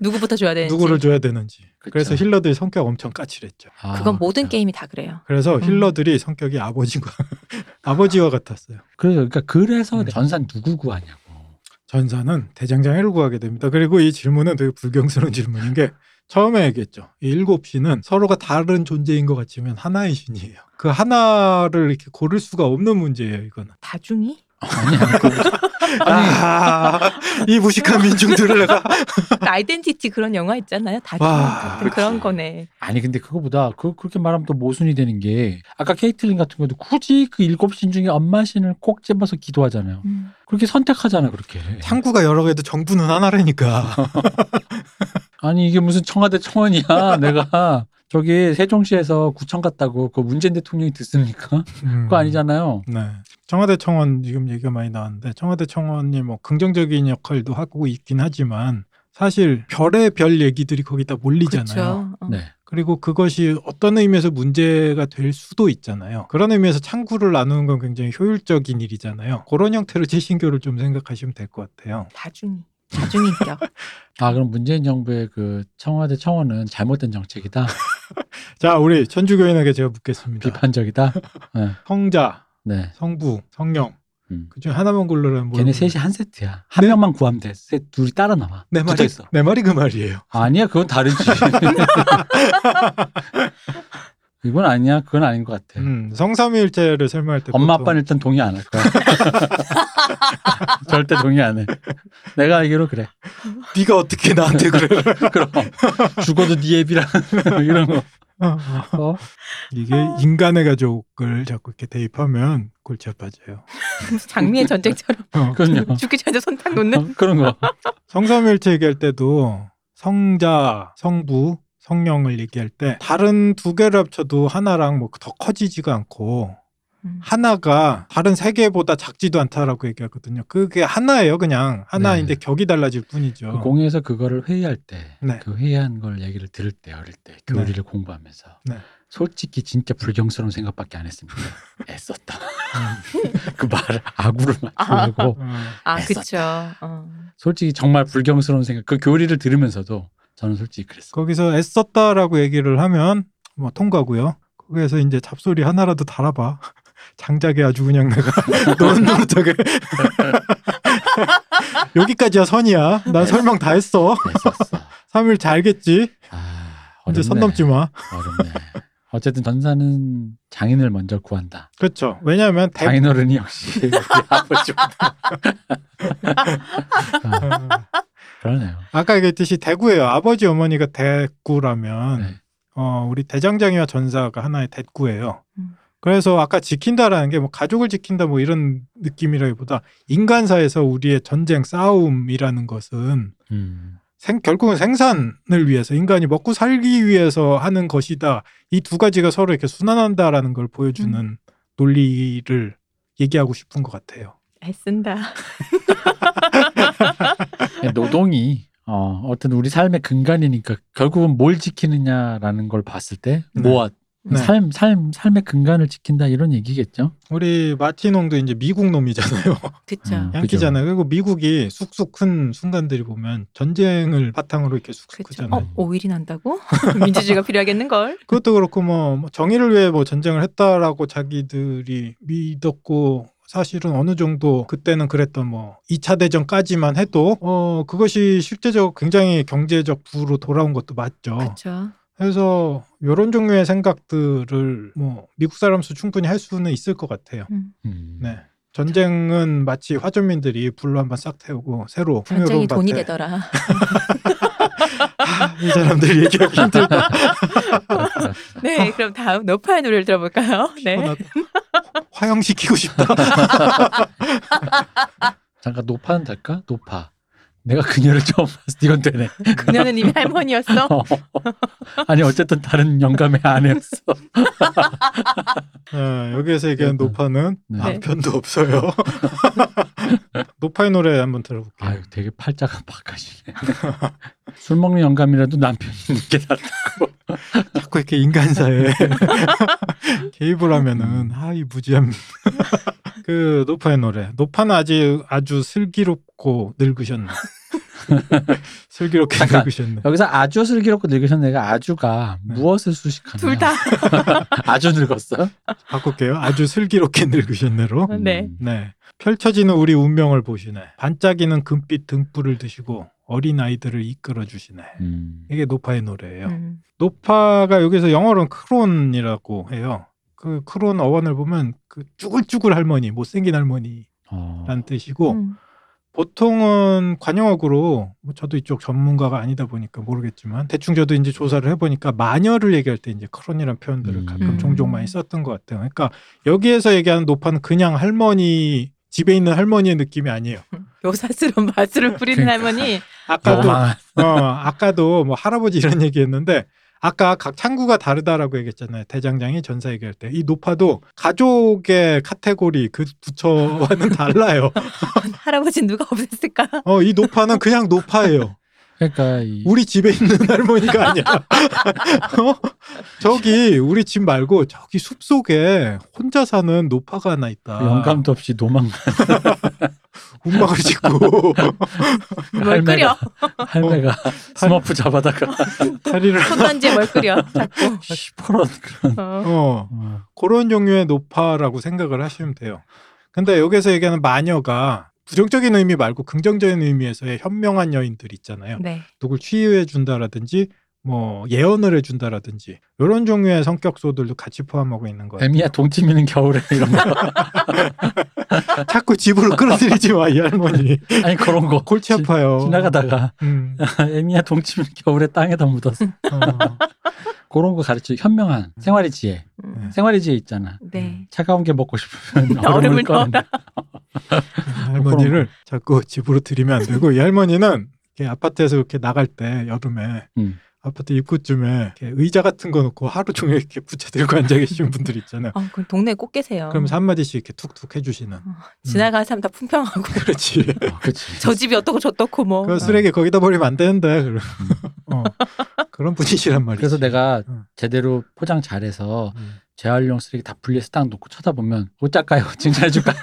누구부터 줘야 되는지. 누구를 줘야 되는지. 네, 그쵸. 그래서 힐러들이 성격 엄청 까칠했죠. 그렇죠. 아, 그건 모든 그렇죠. 게임이 다 그래요. 그래서 음. 힐러들이 성격이 아버지와 <laughs> 아버지와 같았어요. 그래서 그러니까 그래서 음. 전사 누구 구하냐고. 전사는 대장장이를 구하게 됩니다. 그리고 이 질문은 되게 음. 불경스러운 질문인 게 처음에 얘기했죠. 이 일곱 신은 서로가 다른 존재인 것 같지만 하나의 신이에요. 그 하나를 이렇게 고를 수가 없는 문제예요. 이거는. 다중이? 아니 아니 그거- 아, 이 무식한 민중들을 <laughs> 내가 그 아이덴티티 그런 영화 있잖아요. 다중이 와, 같은 그런 그렇지. 거네. 아니, 근데 그거보다 그 그렇게 말하면 또 모순이 되는 게 아까 케이틀린 같은 것도 굳이 그 일곱 신 중에 엄마 신을 꼭 집어서 기도하잖아요. 음. 그렇게 선택하잖아 그렇게. 탐구가 여러 개도 정부는 하나라니까. 아니 이게 무슨 청와대 청원이야 <laughs> 내가 저기 세종시에서 구청 갔다고 그 문재인 대통령이 음. 듣습니까? 그거 아니잖아요. 네. 청와대 청원 지금 얘기가 많이 나왔는데 청와대 청원이 뭐 긍정적인 역할도 하고 있긴 하지만 사실 별의 별 얘기들이 거기다 몰리잖아요. 그렇죠. 어. 네. 그리고 그것이 어떤 의미에서 문제가 될 수도 있잖아요. 그런 의미에서 창구를 나누는 건 굉장히 효율적인 일이잖아요. 그런 형태로 제신교를 좀 생각하시면 될 것 같아요. 다중이. 다중인격. <laughs> 아 그럼 문재인 정부의 그 청와대 청원은 잘못된 <laughs> 정책이다, 자, 우리 천주교인에게 제가 묻겠습니다. 비판적이다. 네. 성자, 네. 성부, 성령 음. 그중 하나만 골라라는 뭐 걔네 셋이 한 세트야. 한 명만 구하면 돼. 셋 둘이 따라 나와. 내 말이 붙어있어. 내 말이 그 말이에요. 아니야, 그건 다르지. <laughs> 이건 아니야, 그건 아닌 것 같아. 음, 성삼위일체를 설명할 때 네. 엄마 보통 아빠는 일단 동의 안 할 거야. <laughs> 절대 동의 안 해. 내가 알기로 그래. 네가 어떻게 나한테 <laughs> 그래? 그럼 죽어도 네 애비라 <laughs> 이런 거. 어? 이게 인간의 가족을 자꾸 이렇게 대입하면 골치 아파져요. <laughs> 장미의 전쟁처럼 어, 그럼요. 어, 죽기 전에 손탁 놓는. 그런 거. 성삼일체 얘기할 때도 성자, 성부, 성령을 얘기할 때 다른 두 개를 합쳐도 하나랑 뭐 더 커지지가 않고 음. 하나가 다른 세 개보다 작지도 않다라고 얘기하거든요. 그게 하나예요, 그냥 하나인데 네. 격이 달라질 그 뿐이죠. 공회에서 그거를 회의할 때, 네. 그 회의한 걸 얘기를 들을 때 어릴 때 교리를 공부하면서 네. 솔직히 진짜 불경스러운 생각밖에 안 <laughs> 했습니다. 애썼다. 음. 그 말을 아구를 맞추려고 어, 아, 애썼다. 그쵸. 어. 솔직히 정말 불경스러운 생각. 그 교리를 들으면서도 저는 솔직히 그랬어요. 거기서 애썼다라고 얘기를 하면 뭐 통과고요. 거기에서 이제 잡소리 하나라도 달아봐. <laughs> 장작에 아주 그냥 내가 <laughs> 노릇노릇하게 <laughs> 여기까지야 선이야. 네. 난 설명 다 했어. 애썼어. 3일 잘겠지. 아, 그 이제 어렵네. 선 넘지 마. 어렵네. 어쨌든 전사는 장인을 먼저 구한다. 그렇죠. 왜냐하면 대... 장인 <laughs> 어른이 역시 우리 아버지보다 어, 그러네요. 아까 얘기했듯이 대구예요. 아버지 어머니가 대구라면 네. 어, 우리 대장장이와 전사가 하나의 대구예요. 음. 그래서 아까 지킨다라는 게 뭐 가족을 지킨다 뭐 이런 느낌이라기보다 인간사에서 우리의 전쟁 싸움이라는 것은 음. 생- 결국은 생산을 위해서 인간이 먹고 살기 위해서 하는 것이다. 이 두 가지가 서로 이렇게 순환한다라는 걸 보여주는 논리를 얘기하고 싶은 것 같아요. 애쓴다. 노동이 어, 어떤 우리 삶의 근간이니까 결국은 뭘 지키느냐라는 걸 봤을 때 네. 모아 네. 삶, 삶, 삶의 근간을 지킨다 이런 얘기겠죠. 우리 마티농도 이제 미국 놈이잖아요. 그쵸. 음. 양키잖아요. 그리고 미국이 쑥쑥 큰 순간들이 보면 전쟁을 바탕으로 이렇게 그쵸. 쑥쑥 크잖아요. 어, 오일이 난다고? <laughs> 민주주의가 필요하겠는걸? 그것도 그렇고 뭐, 뭐 정의를 위해 뭐 전쟁을 했다라고 자기들이 믿었고 사실은 어느 정도 그때는 그랬던 뭐 2차 대전까지만 해도 어 그것이 실제적 굉장히 경제적 부로 돌아온 것도 맞죠. 그쵸. 그래서 이런 종류의 생각들을 뭐 미국 사람수 충분히 할 수는 있을 것 같아요. 음. 음. 네. 전쟁은 마치 화전민들이 불로 한번 싹 태우고 새로 풍요로운 전쟁이 돈이 밭에 되더라. 아, 이 사람들 <laughs> 얘기하기 힘들다. 네, 그럼 다음 노파의 노래를 들어볼까요? 네. 피곤하다. 화형시키고 싶다. 잠깐 노파는 될까? 노파. 내가 그녀를 처음 봤을 때 이건 되네. 그녀는 이미 <laughs> 할머니였어. 어. 아니 어쨌든 다른 영감의 아내였어. 네, 여기에서 얘기한 노파는 네. 방편도 없어요. <laughs> 노파의 노래 한번 들어볼게요. 아유 되게 팔자가 박하시네. 술 먹는 영감이라도 남편이 있는 게 낫다. 자꾸 이렇게 인간사에 네. 음. 개입을 하면은 아이 무지함. <laughs> 그 노파의 노래. 노파는 아직 아주 슬기롭고 <laughs> 늙으셨네. 슬기롭게 잠깐. 늙으셨네. 여기서 아주 슬기롭고 늙으신 내가 아주가 네. 무엇을 수식하냐. 둘 다. 아주 늙었어? 바꿀게요. 아주 슬기롭게 늙으셨네로. 네. 음. 네. 펼쳐지는 우리 운명을 보시네. 반짝이는 금빛 등불을 드시고 어린 아이들을 이끌어 주시네. 음. 이게 노파의 노래예요. 음. 노파가 여기서 영어로는 크론이라고 해요. 그 크론 어원을 보면 그 쭈글쭈글 할머니, 못생긴 할머니라는 어. 뜻이고 음. 보통은 관용어구로 뭐 저도 이쪽 전문가가 아니다 보니까 모르겠지만 대충 저도 이제 조사를 해보니까 마녀를 얘기할 때 이제 크론이라는 표현들을 음. 가끔 음. 종종 많이 썼던 것 같아요. 그러니까 여기에서 얘기하는 노파는 그냥 할머니 집에 있는 할머니의 느낌이 아니에요. 요사스러운 맛술을 부리는 그러니까. 할머니. 아까도 거망한. 어, 아까도 뭐 할아버지 이런 얘기 했는데 아까 각 창구가 다르다라고 얘기했잖아요. 대장장이 전사 얘기할 때. 이 노파도 가족의 카테고리 그 부처와는 <laughs> 달라요. 할아버지 누가 없앴을까? 어, 이 노파는 그냥 노파예요. 그러니까 이 우리 집에 있는 <laughs> 할머니가 아니야. 어? 저기 우리 집 말고 저기 숲속에 혼자 사는 노파가 하나 있다. 영감도 없이 도망간 운망을 짓고 뭘 끓여? 할매가 어. 스머프 잡아다가 <laughs> <laughs> 다리를 손단지에 뭘 끓여? 자꾸. 시퍼런 그런. 어. 어. 어. 그런 종류의 노파라고 생각을 하시면 돼요. 근데 여기서 얘기하는 마녀가 부정적인 의미 말고 긍정적인 의미에서의 현명한 여인들 있잖아요. 네. 누굴 치유해 준다라든지 뭐 예언을 해 준다라든지 이런 종류의 성격소들도 같이 포함하고 있는 거예요. 애미야 동치미는 겨울에 이런 거. <laughs> 자꾸 집으로 끌어들이지 마 이 할머니. 아니 그런 거. 골치 지- 아파요. 지나가다가 <laughs> 음, 애미야 동치미는 겨울에 땅에다 묻었어. <laughs> 어. 그런 거 가르쳐. 현명한 생활의 지혜. 음. 생활의 지혜 있잖아. 네. 차가운 게 <laughs> 먹고 싶으면 얼음을 얼음을 넣어라. 꺼낸다. 할머니를 자꾸 집으로 들이면 안 되고 이 할머니는 이렇게 아파트에서 이렇게 나갈 때 여름에 음. 아파트 입구쯤에 이렇게 의자 같은 거 놓고 하루 종일 이렇게 붙여들고 앉아 계시는 분들 있잖아요. 어, 그럼 동네에 꼭 계세요. 음. 아. 그럼 한 마디씩 이렇게 툭툭 해주시는. 지나가는 사람 다 품평하고 <laughs> 그렇지. 어, 그치. 저 집이 어떻고 저떻고 뭐. 그 쓰레기 거기다 버리면 안 되는데. 그런, 어. 그런 분이시란 말이지. 음. 그래서 내가 음. 제대로 포장 잘해서 음. 재활용 쓰레기 다 분리해서 딱 놓고 쳐다보면 옷 작가요 <laughs> 칭찬해줄까요?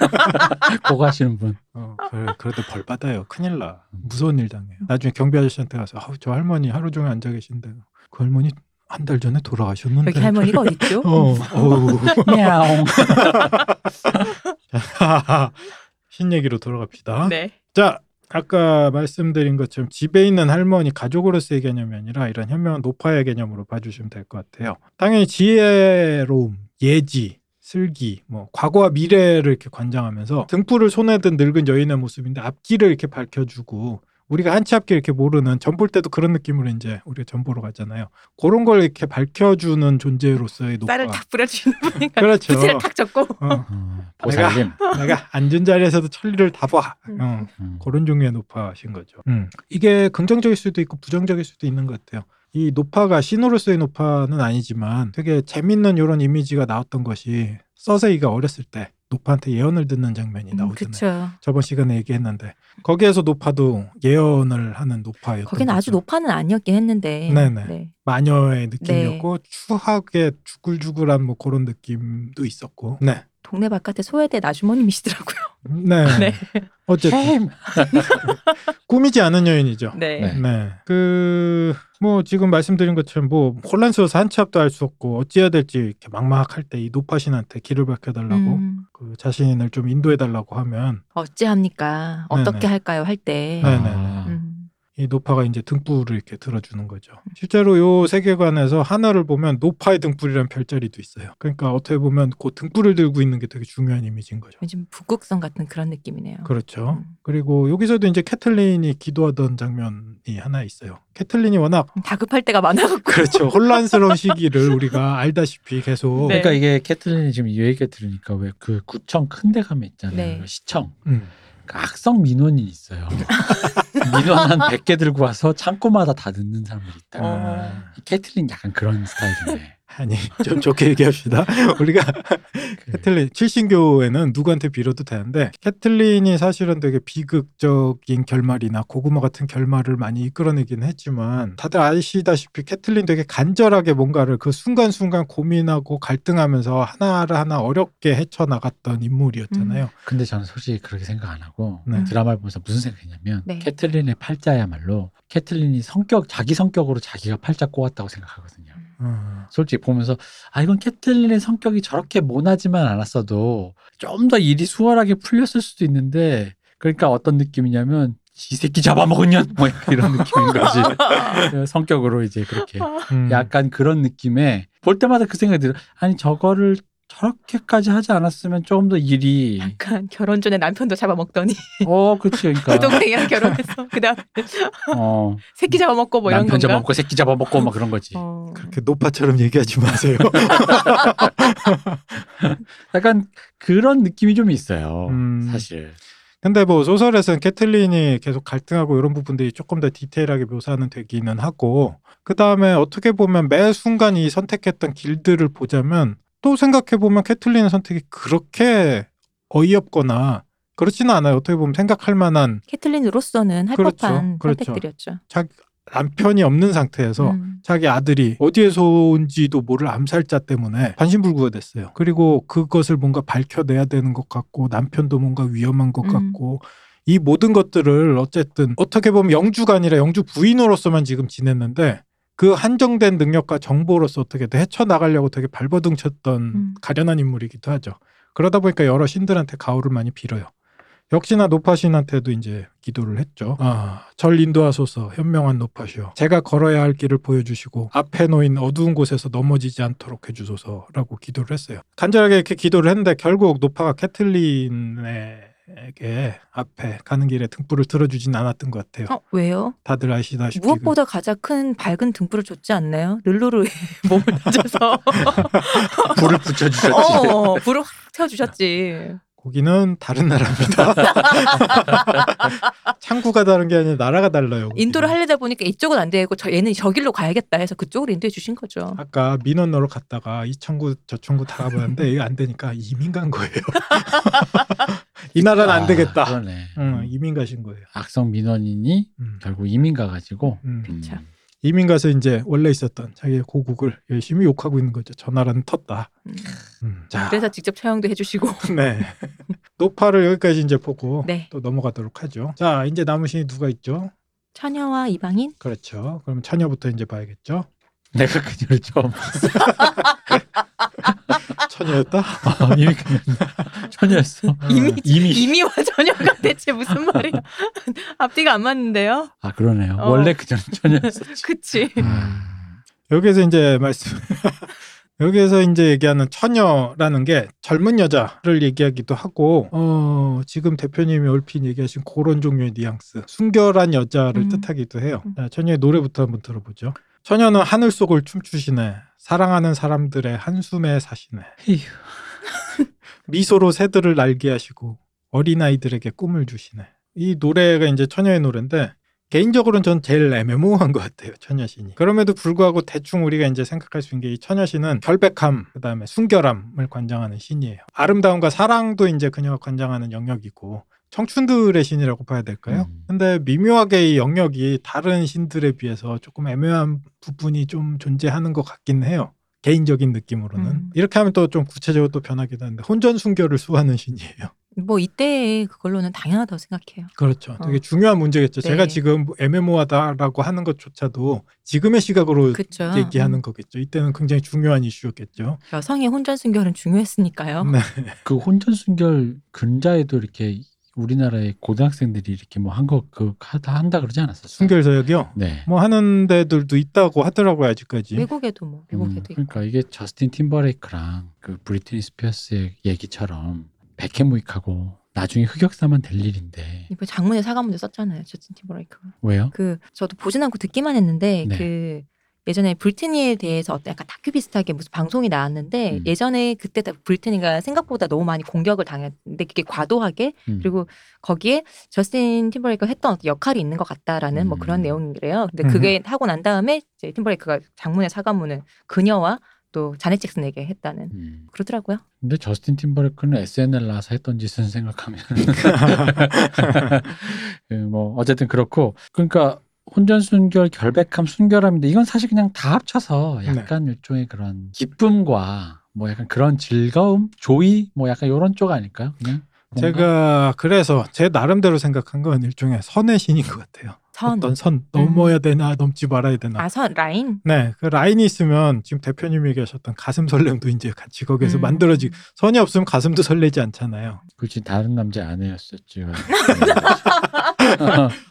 그거 하시는 분. 어, 그래, 그래도 벌 받아요. 큰일 나. 음. 무서운 일 당해요. 나중에 경비 아저씨한테 가서 아우, 저 할머니 하루 종일 앉아 계신데 그 할머니 한 달 전에 돌아가셨는데. 여기 할머니가 어딨죠? <laughs> 어, 어우. <laughs> 야옹. 신 얘기로 돌아갑시다. 네. 자, 아까 말씀드린 것처럼 집에 있는 할머니 가족으로서의 개념이 아니라 이런 현명한 노파의 개념으로 봐주시면 될 것 같아요. 당연히 지혜로움, 예지, 슬기, 뭐 과거와 미래를 이렇게 관장하면서 등불을 손에 든 늙은 여인의 모습인데 앞길을 이렇게 밝혀주고 우리가 한치 앞길 이렇게 모르는 전 볼 때도 그런 느낌으로 이제 우리가 전 보러 가잖아요. 그런 걸 이렇게 밝혀주는 존재로서의 노파. 쌀을 탁 뿌려주는 분이니까 그렇죠. 부채를 탁 접고. 어, 어, 보살님. 내가 앉은 자리에서도 천리를 다 봐. 음. 어. 음. 그런 종류의 노파신 거죠. 이게 긍정적일 수도 있고 부정적일 수도 있는 것 같아요. 이 노파가 신호로서의 노파는 아니지만 되게 재밌는 이런 이미지가 나왔던 것이 서세이가 어렸을 때 노파한테 예언을 듣는 장면이 음, 나오잖아요. 그쵸. 저번 시간에 얘기했는데 거기에서 노파도 예언을 하는 노파였던 거긴 아주 거죠. 노파는 아니었긴 했는데. 그렇죠. 네네. 네. 마녀의 느낌이었고 추하게 주글주글한 뭐 그런 느낌도 있었고 네. 동네 바깥에 소외대 아주머님이시더라고요. 네. 네. 어쨌든 쉐임. 꾸미지 않은 여인이죠. <laughs> 네. 네. 네. 그, 뭐, 지금 말씀드린 것처럼, 뭐, 혼란스러워서 한치 앞도 알 수 없고, 어찌해야 될지 이렇게 막막할 때 이 노파신한테 길을 밝혀달라고, 음, 그 자신을 좀 인도해달라고 하면, 어찌합니까? 어떻게 네네. 할까요? 할 때. 네. 네네. 아, 음. 이 노파가 이제 등불을 이렇게 들어주는 거죠. 실제로 이 세계관에서 하나를 보면 노파의 등불이라는 별자리도 있어요. 그러니까 어떻게 보면 그 등불을 들고 있는 게 되게 중요한 이미지인 거죠. 요즘 북극성 같은 그런 느낌이네요. 그렇죠. 음. 그리고 여기서도 이제 캐틀린이 기도하던 장면이 하나 있어요. 캐틀린이 워낙 다급할 때가 많아갖고 그렇죠. 혼란스러운 시기를 우리가 알다시피 계속 네. 그러니까 이게 캐틀린이 지금 이 얘기 들으니까 왜 그 구청 큰 데 가면 있잖아요. 네. 시청. 음, 그 악성 민원이 있어요. <laughs> 민원 한 100개 들고 와서 창고마다 다 듣는 사람들이 있다. 음. 어. 이 캐틀린 약간 그런 스타일인데. 아니 좀 좋게 얘기합시다. <laughs> 우리가 <laughs> 그 캐틀린 칠신교에는 누구한테 빌어도 되는데 캐틀린이 사실은 되게 비극적인 결말이나 고구마 같은 결말을 많이 이끌어내긴 했지만 다들 아시다시피 캐틀린 되게 간절하게 뭔가를 그 순간순간 고민하고 갈등하면서 하나를 하나 어렵게 헤쳐나갔던 인물이었잖아요. 근데 저는 솔직히 그렇게 생각 안 하고 네. 드라마를 보면서 무슨 생각했냐면 네. 캐틀린의 팔자야말로 캐틀린이 성격 자기 성격으로 자기가 팔자 꼬았다고 생각하거든요. 음. 솔직히 보면서 아 이건 캐틀린의 성격이 저렇게 모나지만 않았어도 좀 더 일이 수월하게 풀렸을 수도 있는데 그러니까 어떤 느낌이냐면 이 새끼 잡아먹었냐 <laughs> 뭐 이런 느낌인 거지 그 성격으로 이제 그렇게 음. 약간 그런 느낌에 볼 때마다 그 생각이 들어 아니 저거를 저렇게까지 하지 않았으면 조금 더 일이 <laughs> 약간 결혼 전에 남편도 잡아먹더니 어 그치 그러니까 부동생이랑 결혼해서 <laughs> 그다음 어 새끼 잡아먹고 뭐 이런 남편 건가? 잡아먹고 새끼 잡아먹고 막 그런 거지 어. 음. 그렇게 노파처럼 얘기하지 <laughs> 마세요. 약간 그런 느낌이 좀 있어요 음. 사실 근데 뭐 소설에서는 캐틀린이 계속 갈등하고 이런 부분들이 조금 더 디테일하게 묘사는 되기는 하고 그 다음에 어떻게 보면 매 순간 이 선택했던 길들을 보자면 또 생각해 보면 캐틀린의 선택이 그렇게 어이없거나 그렇지는 않아요. 어떻게 보면 생각할 만한 캐틀린으로서는 할 그렇죠. 법한 그렇죠. 선택들이었죠. 자기 남편이 없는 상태에서 음. 자기 아들이 어디에서 온지도 모를 암살자 때문에 반신불구가 됐어요. 그리고 그것을 뭔가 밝혀내야 되는 것 같고 남편도 뭔가 위험한 것 음. 같고 이 모든 것들을 어쨌든 어떻게 보면 영주가 아니라 영주 부인으로서만 지금 지냈는데 그 한정된 능력과 정보로서 어떻게든 헤쳐나가려고 되게 발버둥쳤던 음. 가련한 인물이기도 하죠. 그러다 보니까 여러 신들한테 가호를 많이 빌어요. 역시나 노파신한테도 이제 기도를 했죠. 아, 절 인도하소서 현명한 노파시여. 제가 걸어야 할 길을 보여주시고 앞에 놓인 어두운 곳에서 넘어지지 않도록 해주소서라고 기도를 했어요. 간절하게 이렇게 기도를 했는데 결국 노파가 캐틀린에게 앞에 가는 길에 등불을 들어주진 않았던 것 같아요. 어, 왜요? 다들 아시다시피 그 무엇보다 가장 큰 밝은 등불을 줬지 않나요? 르르르의 <laughs> 몸을 던져서 불을 붙여주셨지 어, 불을 확 태워주셨지. 그 거기는 다른 나라입니다. <laughs> 창구가 다른 게 아니라 나라가 달라요. 거기는. 인도를 하려다 보니까 이쪽은 안 되고 저 얘는 저 길로 가야겠다 해서 그쪽으로 인도해 주신 거죠. 아까 민원 넣으러 갔다가 이 청구 저 청구 다 가봤는데 이거 안 되니까 이민 간 거예요. <laughs> 이 나라는 아, 안 되겠다. 음. 그러네. 어, 음. 응, 이민 가신 거예요. 악성 민원인이 음, 결국 이민 가가지고 음. 그쵸. 음, 이민 가서 이제 원래 있었던 자기의 고국을 열심히 욕하고 있는 거죠. 저 나라는 텄다. 음. 음, 자, 그래서 직접 처형도 해주시고. <laughs> 네. 노파를 여기까지 이제 보고 네. 또 넘어가도록 하죠. 자, 이제 남으신이 누가 있죠? 처녀와 이방인? 그렇죠. 그럼 처녀부터 이제 봐야겠죠. 내가 그녀를 처음 처녀였다. 음. 아, <laughs> 이미 그녀 처녀였어 이미, 이미 이미와 처녀가 대체 무슨 말이야? <laughs> 앞뒤가 안 맞는데요? 아 그러네요 어. 원래 그녀는 처녀였어 그치. 음. 여기에서 이제 말씀 <laughs> 여기에서 이제 얘기하는 처녀라는 게 젊은 여자를 얘기하기도 하고 어 지금 대표님이 얼핏 얘기하신 그런 종류의 뉘앙스 순결한 여자를 음. 뜻하기도 해요 음. 자, 처녀의 노래부터 한번 들어보죠 처녀는 하늘 속을 춤추시네 사랑하는 사람들의 한숨에 사시네 에휴. 미소로 새들을 날게 하시고 어린아이들에게 꿈을 주시네 이 노래가 이제 처녀의 노래인데 개인적으로는 전 제일 애매모호한 것 같아요 처녀신이 그럼에도 불구하고 대충 우리가 이제 생각할 수 있는 게 이 처녀신은 결백함 그다음에 순결함을 관장하는 신이에요 아름다움과 사랑도 이제 그녀가 관장하는 영역이고 청춘들의 신이라고 봐야 될까요? 음. 근데 미묘하게 이 영역이 다른 신들에 비해서 조금 애매한 부분이 좀 존재하는 것 같긴 해요 개인적인 느낌으로는 음. 이렇게 하면 또 좀 구체적으로 또 변하기도 하는데 혼전 순결을 수호하는 신이에요 뭐 이때에 그걸로는 당연하다고 생각해요. 그렇죠. 되게 어. 중요한 문제겠죠. 네. 제가 지금 뭐 애매모호하다라고 하는 것조차도 지금의 시각으로 그쵸. 얘기하는 음. 거겠죠. 이때는 굉장히 중요한 이슈였겠죠. 여성의 혼전 순결은 중요했으니까요. 네. 그 혼전 순결 근자에도 이렇게 우리나라의 고등학생들이 이렇게 뭐 한국 그 하다 한다 그러지 않았었어요. 순결사역이요. 네. 뭐 하는 데들도 있다고 하더라고요 아직까지. 외국에도 뭐 음, 미국에도 있고. 그러니까 이게 저스틴 팀버레이크랑 그 브리트니 스피어스의 얘기처럼 백해무익하고 나중에 흑역사만 될 일인데 이번 장문의 사과문도 썼잖아요. 저스틴 팀버레이크가. 왜요? 그 저도 보진 않고 듣기만 했는데 네. 그 예전에 불티니에 대해서 어떤 약간 다큐 비슷하게 무슨 방송이 나왔는데 음. 예전에 그때 다 불티니가 생각보다 너무 많이 공격을 당했는데 그게 과도하게 음. 그리고 거기에 저스틴 팀버레이크가 했던 어떤 역할이 있는 것 같다라는 뭐 그런 음. 내용이래요. 근데 그게 하고 난 다음에 이제 팀버레이크가 장문의 사과문을 그녀와 또 자넷 잭슨에게 했다는 음. 그러더라고요. 근데 저스틴 팀버레이크는 SNL 나서 했던 짓은 생각하면 그러니까. <laughs> 예, 뭐 어쨌든 그렇고 그러니까 혼전 순결, 결백함, 순결함인데 이건 사실 그냥 다 네. 합쳐서 약간 일종의 그런 기쁨과 뭐 약간 그런 즐거움, 조이 뭐 약간 이런 쪽 아닐까요? 그냥 뭔가? 제가 그래서 제 나름대로 생각한 건 일종의 선의 신인 것 같아요. 선, 어떤 선 넘어야 되나 넘지 말아야 되나. 아선 라인 네, 그 라인이 있으면 지금 대표님이 얘기하셨던 가슴 설렘도 이제 같이 거기에서 음. 만들어지. 선이 없으면 가슴도 설레지 않잖아요. 굳이 다른 남자 음. 아내였었지.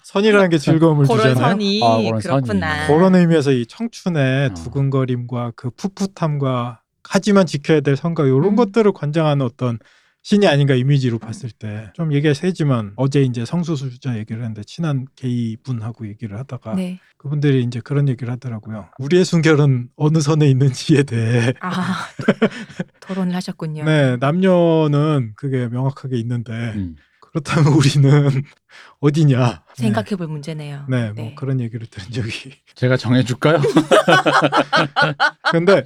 선이라는 게 즐거움을 그런 주잖아요. 그렇죠. 선이 아, 그런 선이. 그렇구나. 그런 의미에서 이 청춘의 어. 두근거림과 그 풋풋함과 하지만 지켜야 될 선과 이런 음. 것들을 권장하는 어떤 신이 아닌가 이미지로 봤을 때 좀 얘기가 세지만 어제 이제 성소수자 얘기를 했는데 친한 게이 분하고 얘기를 하다가 네. 그분들이 이제 그런 얘기를 하더라고요. 우리의 순결은 어느 선에 있는지에 대해 <laughs> 아 토론을 하셨군요. 네 남녀는 그게 명확하게 있는데 음. 그렇다면 우리는 <laughs> 어디냐 생각해 볼 문제네요. 네뭐 그런 얘기를 들은 적이 제가 정해줄까요? 근데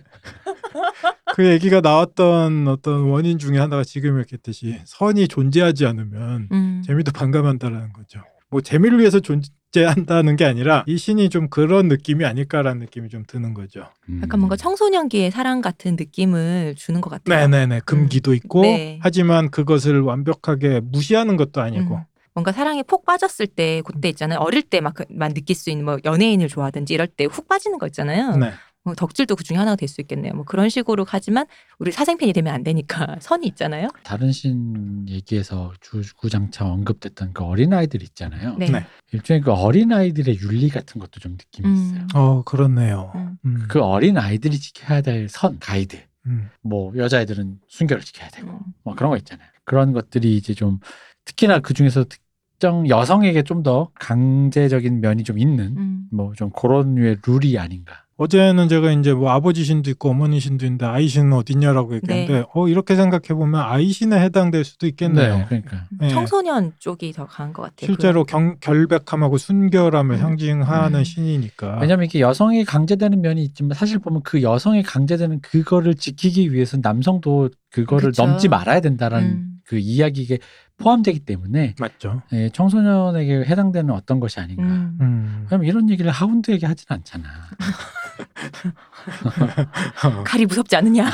그 얘기가 나왔던 어떤 원인 중에 하나가 지금 얘기했듯이 선이 존재하지 않으면 음. 재미도 반감한다라는 거죠. 뭐 재미를 위해서 존재한다는 게 아니라 이 신이 좀 그런 느낌이 아닐까라는 느낌이 좀 드는 거죠. <laughs> 약간 음. 뭔가 청소년기의 사랑 같은 느낌을 주는 것 같아요. 네네네 금기도 있고 네. 하지만 그것을 완벽하게 무시하는 것도 아니고 음. 음. 뭔가 사랑에 푹 빠졌을 때 그때 있잖아요. 어릴 때막만 느낄 수 있는 뭐 연예인을 좋아하든지 이럴 때 훅 빠지는 거 있잖아요. 네. 뭐 덕질도 그 중에 하나가 될 수 있겠네요. 뭐 그런 식으로 하지만 우리 사생팬이 되면 안 되니까 <laughs> 선이 있잖아요. 다른 신 얘기에서 주구장창 언급됐던 그 어린 아이들 있잖아요. 네. 네. 일종의 그 어린 아이들의 윤리 같은 것도 좀 느낌이 있어요. 음. 어 그렇네요. 음. 음. 그 어린 아이들이 지켜야 될 선, 가이드. 음. 뭐 여자애들은 순결을 지켜야 되고 음. 뭐 그런 거 있잖아요. 그런 것들이 이제 좀 특히나 그 중에서 특정 여성에게 좀 더 강제적인 면이 좀 있는 음. 뭐 좀 그런 류의 룰이 아닌가. 어제는 제가 이제 뭐 아버지 신도 있고 어머니 신도 있는데 아이 신은 네. 어딨냐라고 얘기했는데 어 이렇게 생각해 보면 아이 신에 해당될 수도 있겠네요. 그러니까 네. 청소년 쪽이 더 강한 것 같아요. 실제로 경- 결백함하고 순결함을 네, 음. 상징하는 음. 신이니까. 왜냐하면 이게 여성이 강제되는 면이 있지만 사실 보면 그 여성이 강제되는 그거를 지키기 위해서 남성도 그거를 그쵸. 넘지 말아야 된다라는 음. 그 이야기에 포함되기 때문에 맞죠. 예, 청소년에게 해당되는 어떤 것이 아닌가. 음. 음. 왜냐면 이런 얘기를 하운드에게 하진 않잖아. <laughs> 어. 칼이 무섭지 않느냐.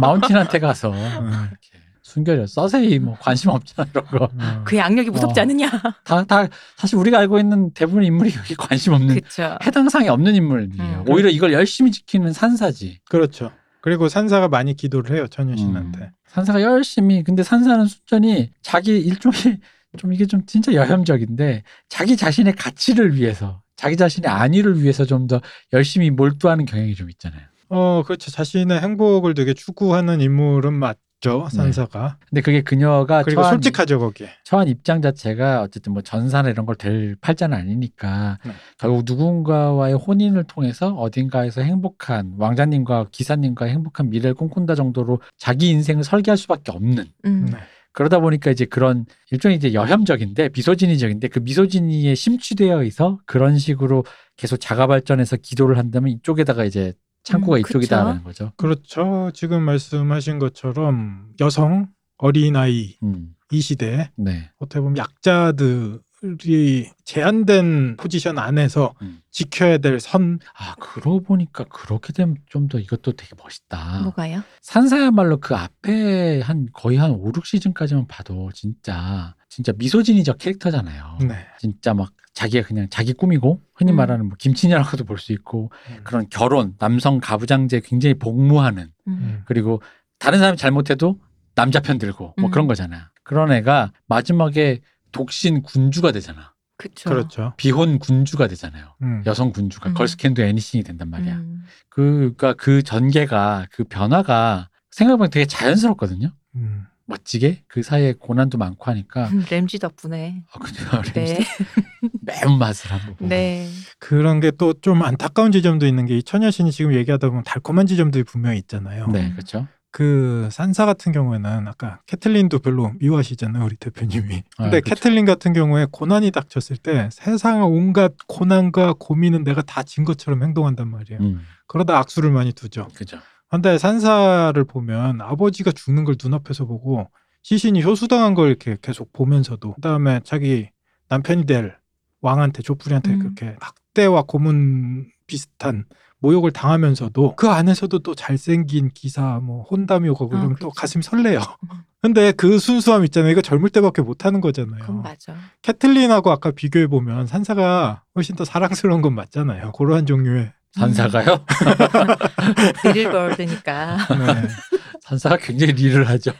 마운틴한테 가서 음. 이렇게 순결이야. 서세히 뭐 관심 없잖아 이런 거. 음. 그의 악력이 무섭지 어. 않느냐. 다, 다 사실 우리가 알고 있는 대부분의 인물이 여기 관심 음. 없는 그렇죠. 해당 상에 없는 인물이에요. 음. 오히려 이걸 열심히 지키는 산사지. 렇죠 그리고 산사가 많이 기도를 해요 천녀 신한테. 음. 산사가 열심히 근데 산사는 순전히 자기 일종의 <laughs> 좀 이게 좀 진짜 여혐적인데 자기 자신의 가치를 위해서 자기 자신의 안위를 위해서 좀 더 열심히 몰두하는 경향이 좀 있잖아요. 어 그렇죠. 자신의 행복을 되게 추구하는 인물은 맞죠 산사가. 근데 그게 그녀가 그리고 처한 솔직하죠 거기에. 처한 입장 자체가 어쨌든 뭐 전사나 이런 걸 될 팔자는 아니니까 네. 결국 누군가와의 혼인을 통해서 어딘가에서 행복한 왕자님과 기사님과의 행복한 미래를 꿈꾼다 정도로 자기 인생을 설계할 수밖에 없는 음. 네. 그러다 보니까 이제 그런 일종의 이제 여혐적인데 비소진이적인데 그 미소진이에 심취되어 있어 그런 식으로 계속 자가 발전해서 기도를 한다면 이쪽에다가 이제 창고가 음, 이쪽이다라는 거죠. 그렇죠. 지금 말씀하신 것처럼 여성 어린 아이 음, 이 시대에 네. 어떻게 보면 약자들이 제한된 포지션 안에서 음. 지켜야 될 선 아 그러고 보니까 그렇게 되면 좀 더 이것도 되게 멋있다. 뭐가요? 산사야말로 그 앞에 한 거의 한 5, 6시즌까지만 봐도 진짜 진짜 미소진이적 캐릭터잖아요. 네. 진짜 막 자기가 그냥 자기 꿈이고 흔히 음. 말하는 뭐 김치녀라고도 볼 수 있고 음. 그런 결혼, 남성 가부장제 굉장히 복무하는 음. 그리고 다른 사람이 잘못해도 남자 편 들고 뭐 음. 그런 거잖아. 그런 애가 마지막에 독신 군주가 되잖아. 그쵸. 그렇죠. 비혼 군주가 되잖아요. 음. 여성 군주가 음. 걸스캔도 애니싱이 된단 말이야. 음. 그, 그니까 그 전개가, 그 변화가 생각해보면 되게 자연스럽거든요. 음. 멋지게. 그 사이에 고난도 많고 하니까. 음, 램지 덕분에. 아, 근데 네. <laughs> 매운맛을 한번 보고. 네. 그런 게 또 좀 안타까운 지점도 있는 게 이 처녀신이 지금 얘기하다 보면 달콤한 지점들이 분명히 있잖아요. 네, 그렇죠. 그 산사 같은 경우에는 아까 캐틀린도 별로 미워하시잖아요, 우리 대표님이. 아, 근데 그쵸. 캐틀린 같은 경우에 고난이 닥쳤을 때 세상 온갖 고난과 고민은 내가 다 진 것처럼 행동한단 말이에요. 음, 그러다 악수를 많이 두죠. 그죠. 근데 산사를 보면 아버지가 죽는 걸 눈앞에서 보고 시신이 효수당한 걸 이렇게 계속 보면서도 그다음에 자기 남편이 될 왕한테 조풀이한테 음. 그렇게 학대와 고문 비슷한 모욕을 당하면서도 그 안에서도 또 잘생긴 기사 뭐 혼담이 오고 아, 그러면 또 그렇죠. 가슴이 설레요. <laughs> 근데 그 순수함 있잖아요. 이거 젊을 때밖에 못 하는 그건 거잖아요. 맞아. 캐틀린하고 아까 비교해 보면 산사가 훨씬 더 사랑스러운 건 맞잖아요. 그러한 종류의 산사가요? 리를 벌드니까. <laughs> 네. 산사가 굉장히 리를 <laughs> 하죠.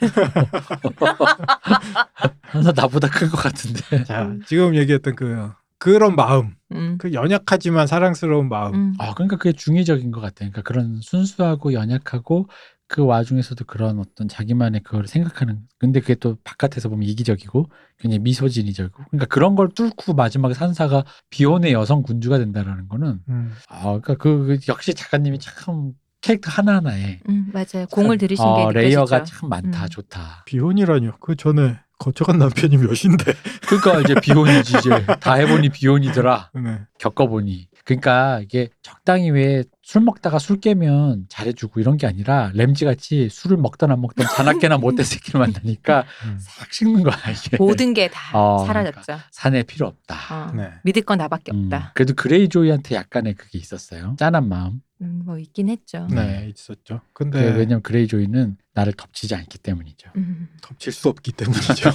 산사 나보다 큰 것 같은데. 자, 지금 얘기했던 그 그런 마음, 음. 그 연약하지만 사랑스러운 마음. 음. 아, 그러니까 그게 중의적인 것 같아. 그러니까 그런 순수하고 연약하고 그 와중에서도 그런 어떤 자기만의 그걸 생각하는. 근데 그게 또 바깥에서 보면 이기적이고 굉장히 미소진이적이고. 그러니까 그런 걸 뚫고 마지막에 산사가 비혼의 여성 군주가 된다라는 거는 음. 아, 그러니까 그, 그 역시 작가님이 참 캐릭터 하나하나에 음, 맞아요. 공을 들이신 어, 게 레이어가 느껴지죠. 참 많다, 음. 좋다. 비혼이라뇨. 그 전에 거쳐간 남편이 몇인데. 그러니까 이제 비혼이지 이제 다 해보니 비혼이더라. 네. 겪어보니 그러니까 이게 적당히 왜 술 먹다가 술 깨면 잘해주고 이런 게 아니라 램지 같이 술을 먹던 안 먹던 자나깨나 못된 새끼를 <laughs> 만나니까 음. 싹 식는 거야 이게 모든 게 다 어, 사라졌죠. 사내 필요 없다. 어. 네. 믿을 건 나밖에 음, 없다. 그래도 그레이조이한테 약간의 그게 있었어요. 짠한 마음. 음, 뭐 있긴 했죠. 네, 있었죠. 근데 그게 왜냐면 그레이조이는 나를 덮치지 않기 때문이죠. 음. 덮칠 수 없기 <laughs> 때문이죠.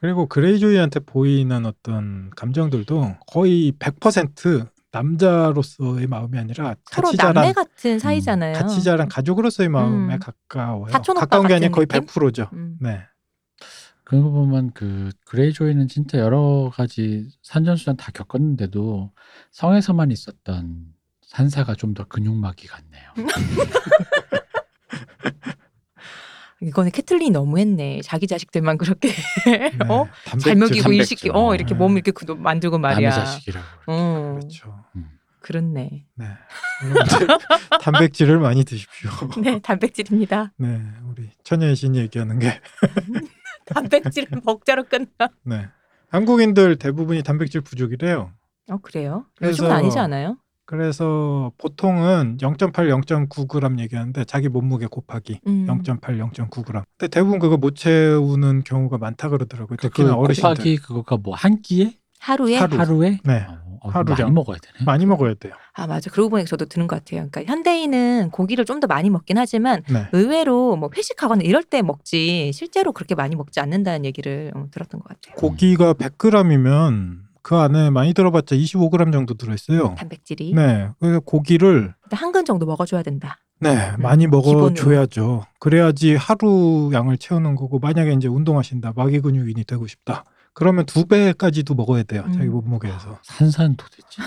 그리고 그레이조이한테 보이는 어떤 감정들도 거의 100% 남자로서의 마음이 아니라 서로 같이 남매 자란 같은 사이잖아요. 같이 자란 가족으로서의 마음에 음. 가까워요. 사촌 오빠 가까운 게 아니라 같은 거의 느낌? 100%죠. 음. 네. 그러고 보면 그 그레이조이는 진짜 여러 가지 산전수전 다 겪었는데도 성에서만 있었던 산사가 좀 더 근육막이 같네요. 이거는 캐틀린이 너무했네. 자기 자식들만 그렇게 네. <laughs> <laughs> 어? 단백질, 잘 먹이고 단백질. 이 새끼 어 이렇게 네. 몸 이렇게 그- 만들고 <laughs> 말이야. 남의 자식이라고. 어, 그렇죠. 그렇네. 네. 여러분들 <laughs> 단백질을 많이 드십시오. <laughs> 네, 단백질입니다. 네, 우리 천연의 신이 얘기하는 게 단백질은 먹자로 끝나. 네. 한국인들 대부분이 단백질 부족이래요. 어 그래요? 그래서- 요즘은 아니지 않아요? 그래서 보통은 0.8, 0.9g 얘기하는데 자기 몸무게 곱하기 음. 0.8, 0.9g. 근데 대부분 그거 못 채우는 경우가 많다 그러더라고요. 그 특히나 어르신들 곱하기 그거가 뭐 한 끼에 하루에 하루. 하루에 네. 어, 어, 하루죠. 많이 먹어야 되네. 많이 먹어야 돼요. 아 맞아. 그러고 보니 저도 들은 것 같아요. 그러니까 현대인은 고기를 좀 더 많이 먹긴 하지만 네. 음. 의외로 뭐 회식하거나 이럴 때 먹지 실제로 그렇게 많이 먹지 않는다는 얘기를 어, 들었던 것 같아요. 고기가 100g이면 그 안에 많이 들어봤자 25g 정도 들어있어요. 단백질이 네. 그래서 고기를 일단 한 근 정도 먹어줘야 된다. 네, 음, 많이 기본으로. 먹어줘야죠. 그래야지 하루 양을 채우는 거고 만약에 이제 운동하신다, 마개 근육인이 되고 싶다. 그러면 두 배까지도 먹어야 돼요. 음. 자기 몸무게에서. 산산 <laughs> 도대체.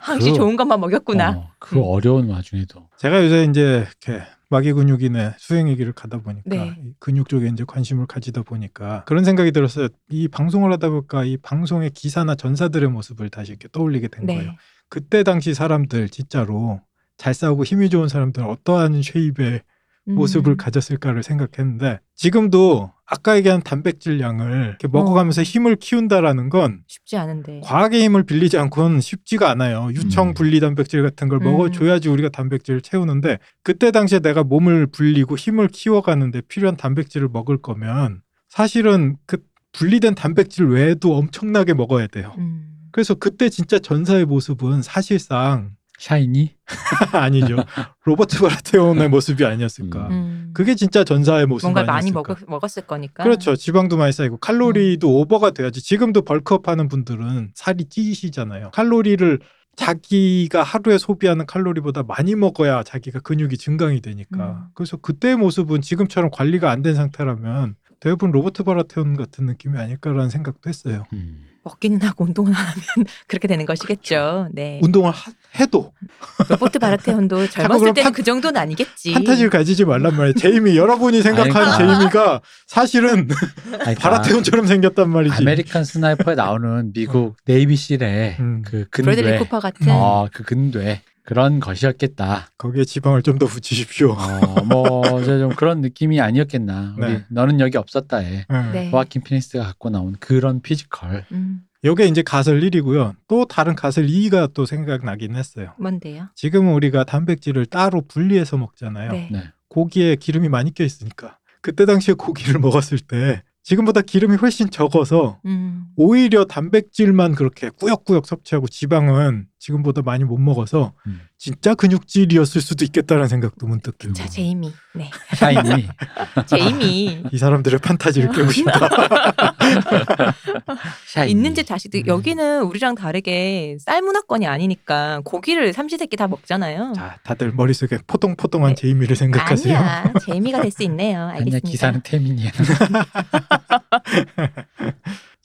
항시 그- 아, 좋은 것만 먹였구나. 어, 그 음. 어려운 와중에도 제가 요새 이제 이렇게 마개 근육인의 수행 얘기를 가다 보니까 네. 이 근육 쪽에 이제 관심을 가지다 보니까 그런 생각이 들었어요. 이 방송을 하다 보니까 이 방송의 기사나 전사들의 모습을 다시 이렇게 떠올리게 된 네. 거예요. 그때 당시 사람들 진짜로 잘 싸우고 힘이 좋은 사람들 어떠한 쉐입의 음. 모습을 가졌을까를 생각했는데 지금도 아까 얘기한 단백질 양을 이렇게 먹어가면서 힘을 키운다라는 건 쉽지 않은데. 과하게 힘을 빌리지 않고는 쉽지가 않아요. 음. 유청 분리 단백질 같은 걸 음. 먹어줘야지 우리가 단백질을 채우는데 그때 당시에 내가 몸을 불리고 힘을 키워가는데 필요한 단백질을 먹을 거면 사실은 그 분리된 단백질 외에도 엄청나게 먹어야 돼요. 음. 그래서 그때 진짜 전사의 모습은 사실상 <laughs> 샤이니. 아니죠. 로버트 바라테온의 모습이 아니었을까. 음. 그게 진짜 전사의 모습 뭔가 아니었을까? 많이 먹, 먹었을 거니까. 그렇죠. 지방도 많이 쌓이고 칼로리도 오버가 돼야지. 지금도 벌크업 하는 분들은 살이 찌시잖아요. 칼로리를 자기가 하루에 소비하는 칼로리보다 많이 먹어야 자기가 근육이 증강이 되니까. 음. 그래서 그때의 모습은 지금처럼 관리가 안 된 상태라면 대부분 로버트 바라테온 같은 느낌이 아닐까라는 생각도 했어요. 음. 먹기는 하고 운동은 안 하면 <laughs> 그렇게 되는 것이겠죠. 네. 운동을 하- 해도 로버트 <laughs> 바라테온도 젊었을 그럼 때는 판- 그 정도는 아니겠지. 판타지를 가지지 말란 말이에요. 제이미 여러분이 생각한 아니, 그러니까. 제이미가 사실은 아니, 그러니까 바라테온처럼 생겼단 말이지. 아메리칸 스나이퍼에 나오는 미국 네이비 실의 음, 그 브래들리 근대 쿠퍼 같은 아, 어, 그 근대 그런 것이었겠다. 거기에 지방을 좀 더 붙이십시오. 어, 뭐 이제 좀 그런 느낌이 아니었겠나. 우리 네. 너는 여기 없었다에 음. 네. 호아킨 피닉스가 갖고 나온 그런 피지컬. 음, 요게 이제 가설 1이고요. 또 다른 가설 2가 또 생각나긴 했어요. 뭔데요? 지금은 우리가 단백질을 따로 분리해서 먹잖아요. 네. 네. 고기에 기름이 많이 껴 있으니까. 그때 당시에 고기를 <laughs> 먹었을 때 지금보다 기름이 훨씬 적어서 음. 오히려 단백질만 그렇게 꾸역꾸역 섭취하고 지방은 지금보다 많이 못 먹어서 음. 진짜 근육질이었을 수도 있겠다라는 생각도 문득 들고 자 제이미. 네. <laughs> 샤이니. 제이미. 이 사람들의 아, 판타지를 깨고 싶다. 샤이니. 있는지 자식도 음. 여기는 우리랑 다르게 쌀 문화권이 아니니까 고기를 삼시세끼 다 먹잖아요. 자, 다들 머릿속에 포동포동한 제이미를 네. <laughs> 생각하세요. 아니야 재미가 될 수 있네요. 알겠습니다. 아니야 기사는 태민이야.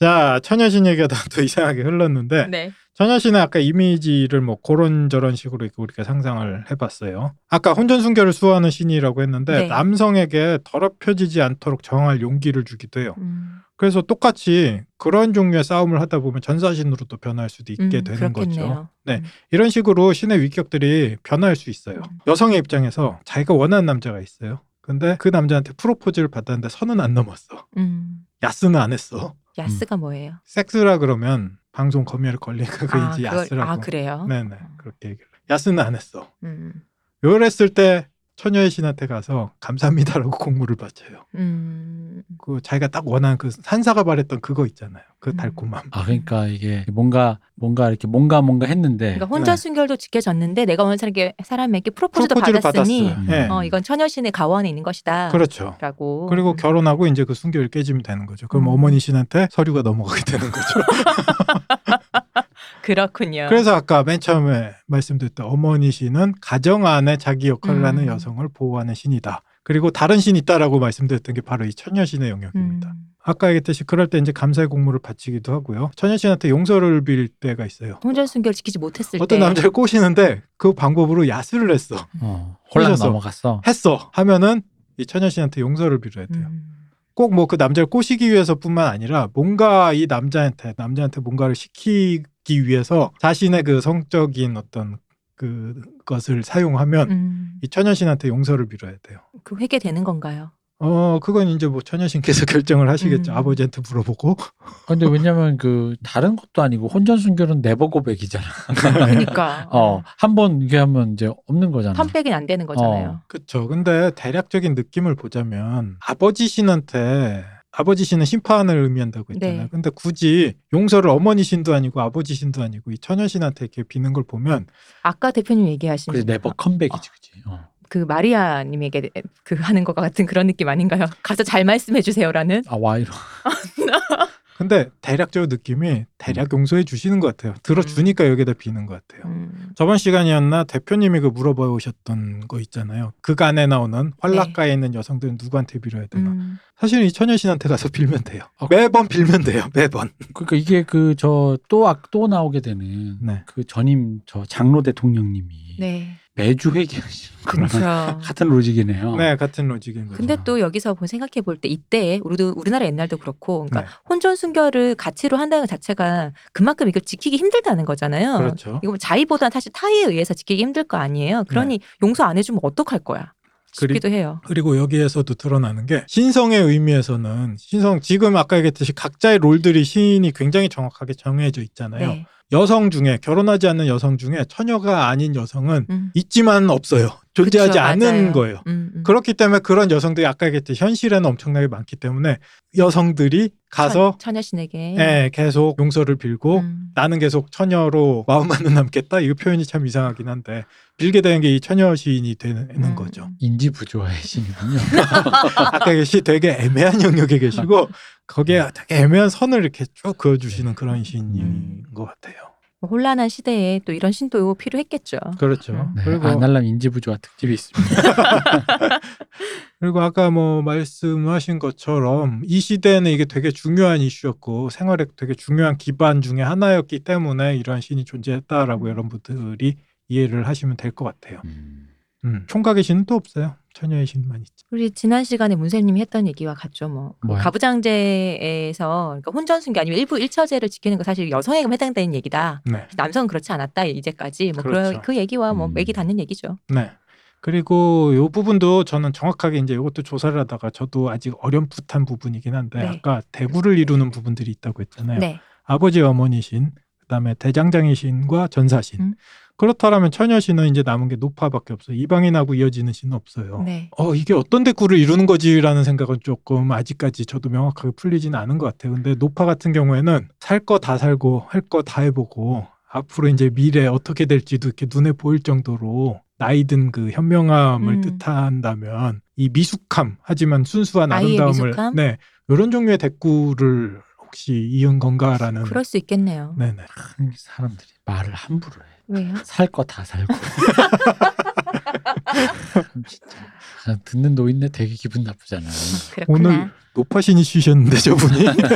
자, 처녀신 얘기가 또 이상하게 흘렀는데 <laughs> 네. 전현씨는 아까 이미지를 뭐 그런 저런 식으로 이렇게 우리가 상상을 해봤어요. 아까 혼전 순결을 수호하는 신이라고 했는데 네. 남성에게 더럽혀지지 않도록 정할 용기를 주기도 해요. 음, 그래서 똑같이 그런 종류의 싸움을 하다 보면 전사신으로 또 변할 수도 있게 음, 되는 거죠. 그렇겠네요. 네. 이런 식으로 신의 위격들이 변할 수 있어요. 음. 여성의 입장에서 자기가 원하는 남자가 있어요. 근데 그 남자한테 프로포즈를 받았는데 선은 안 넘었어. 음, 야스는 안 했어. 야스가 뭐예요? 섹스라 그러면 방송 검열 걸리니까 그인지 그걸- 야스라고. 아 그래요? 네네 어. 그렇게 얘기를 해요. 야스는 안 했어 음, 요랬을 때 처녀의 신한테 가서 감사합니다라고 <laughs> 공물을 바쳐요 음, 그 자기가 딱 원하는 그 산사가 바랬던 그거 있잖아요 그 음. 달콤함 아 그러니까 이게 뭔가 뭔가 이렇게 뭔가 뭔가 했는데 그러니까 혼전 네. 순결도 지켜졌는데 내가 원하는 사람에게, 사람에게 프로포즈도 프로포즈를 받았으니 받았어요 예 음. 어, 이건 처녀신의 가원에 있는 것이다. 그렇죠 라고. 그리고 결혼하고 이제 그 순결이 깨지면 되는 거죠 그럼 음. 어머니 신한테 서류가 <laughs> 넘어가게 되는 거죠 그렇군요. 그래서 아까 맨 처음에 말씀드렸던 어머니 신은 가정 안에 자기 역할을 음. 하는 여성을 보호하는 신이다 그리고 다른 신이 있다라고 말씀드렸던 게 바로 이 처녀 신의 영역입니다 음. 아까 얘기했듯이 그럴 때 이제 감사의 공물을 바치기도 하고요. 천연 씨한테 용서를 빌 때가 있어요. 혼전 순결 지키지 못했을 어떤 때 남자를 꼬시는데 그 방법으로 야수를 했어. <laughs> 어, 혼란 혼자서. 넘어갔어. 했어. 하면은 이 천연 씨한테 용서를 빌어야 돼요. 음. 꼭 뭐 그 남자를 꼬시기 위해서뿐만 아니라 뭔가 이 남자한테 남자한테 뭔가를 시키기 위해서 자신의 그 성적인 어떤 그 것을 사용하면 음. 이 천연 씨한테 용서를 빌어야 돼요. 그 회개되는 건가요? 어, 그건 이제 뭐 천연 씨께서 <laughs> 결정을 하시겠죠. 음. 아버지한테 물어보고. 근데 왜냐면 그 다른 것도 아니고 혼전 순결은 네버 고백이잖아. 네. 그러니까 <laughs> 어, 한 번 이게 하면 이제 없는 거잖아. 컴백은 안 되는 거잖아요. 그렇죠. 근데 대략적인 느낌을 보자면 아버지 신한테 아버지 신은 심판을 의미한다고 했잖아요. 네. 근데 굳이 용서를 어머니 신도 아니고 아버지 신도 아니고 이 처녀 신한테 이렇게 비는 걸 보면 아까 대표님 얘기하신 그래 네버 컴백이지, 그치. 어. 그 마리아님에게 그 하는 것과 같은 그런 느낌 아닌가요? 가서 잘 말씀해 주세요라는. 아 와이로. 근데 대략적인 느낌이 대략 용서해 주시는 것 같아요. 들어주니까 여기다 비는 것 같아요. 음, 저번 시간이었나 대표님이 그 물어봐 오셨던 거 있잖아요. 그간에 나오는 활락가에 있는 여성들은 누구한테 빌어야 되나? 네. 음. 사실은 이 처녀 신한테 가서 <laughs> 빌면 돼요. 아, 매번 빌면 돼요. 매번. 그러니까 이게 그 저 또 또 나오게 되는 네. 그 전임 저 장로 대통령님이 네, 매주 회개하시는 그런 그렇죠. 같은 로직이네요. 네, 같은 로직인 거죠. 근데 또 여기서 보 생각해 볼 때 이때 우리도 우리나라 옛날도 그렇고, 그러니까 네. 혼전 순결을 가치로 한다는 것 자체가 그만큼 이걸 지키기 힘들다는 거잖아요. 그렇죠. 네. 이거 뭐 자의보다는 사실 타의에 의해서 지키기 힘들 거 아니에요. 그러니 용서 안 해주면 어떡할 거야. 그리- 싶기도 해요. 그리고 여기에서도 드러나는 게 신성의 의미에서는 신성 지금 아까 얘기했듯이 각자의 롤들이 신이 굉장히 정확하게 정해져 있잖아요. 네. 여성 중에 결혼하지 않는 여성 중에 처녀가 아닌 여성은 음. 있지만 없어요. 존재하지 그쵸, 않는 맞아요. 거예요. 음, 음. 그렇기 때문에 그런 여성들이 아까 얘기했듯이 현실에는 엄청나게 많기 때문에 여성들이 가서 처, 처녀신에게 예, 계속 용서를 빌고 네. 음. 나는 계속 처녀로 마음만은 남겠다. 이 표현이 참 이상하긴 한데 빌게 되는 게 이 처녀 시인이 되는 음. 거죠. 인지 부조화의 신이군요. 네. 아까 계시 되게 애매한 영역에 네. 계시고 거기에 되게 애매한 선을 이렇게 쭉 그어주시는 그런 신인 음. 것 같아요. 혼란한 시대에 또 이런 신도 필요했겠죠. 그렇죠. 네, 그리고 아날람 인지부조화 특집이 있습니다. 그리고 아까 뭐 말씀하신 것처럼 이 시대에는 이게 되게 중요한 이슈였고 생활의 되게 중요한 기반 중에 하나였기 때문에 이러한 신이 존재했다라고 여러분들이 이해를 하시면 될 것 같아요. 음. 음. 총각의 신은 또 없어요. 처녀의 신만 있죠. 우리 지난 시간에 문쌤님이 했던 얘기와 같죠. 뭐 뭐야? 가부장제에서 그러니까 혼전순계 아니면 일부 일처제를 지키는 거 사실 여성에게만 해당되는 얘기다. 네. 남성은 그렇지 않았다 이제까지 뭐 그렇죠. 그런- 그 얘기와 뭐 음. 맥이 닿는 얘기죠. 네. 그리고 요 부분도 저는 정확하게 이제 이것도 조사를 하다가 저도 아직 어렴풋한 부분이긴 한데 네. 아까 대부를 이루는 부분들이 있다고 했잖아요. 네. 아버지 어머니신 그다음에 대장장이신과 전사신 음. 그렇다면 처녀신은 이제 남은 게 노파밖에 없어요 이방인하고 이어지는 신은 없어요 네. 어 이게 어떤 대꾸를 이루는 거지라는 생각은 조금 아직까지 저도 명확하게 풀리지는 않은 것 같아요 근데 노파 같은 경우에는 살 거 다 살고 할 거 다 해보고 앞으로 이제 미래 어떻게 될지도 이렇게 눈에 보일 정도로 나이든 그 현명함을 음. 뜻한다면 이 미숙함 하지만 순수한 아이의 아름다움을 미숙함? 네 이런 종류의 대꾸를 혹시 이은 건가라는 그럴 수 있겠네요. 음. 네네. 참 사람들이 말을 함부로 해. 왜요? 살 거 다 <laughs> 살고. 참 진짜 아, 듣는 노인네 되게 기분 나쁘잖아. 그렇구나. 오늘- 노파신이 쉬셨는데 저분이 <laughs>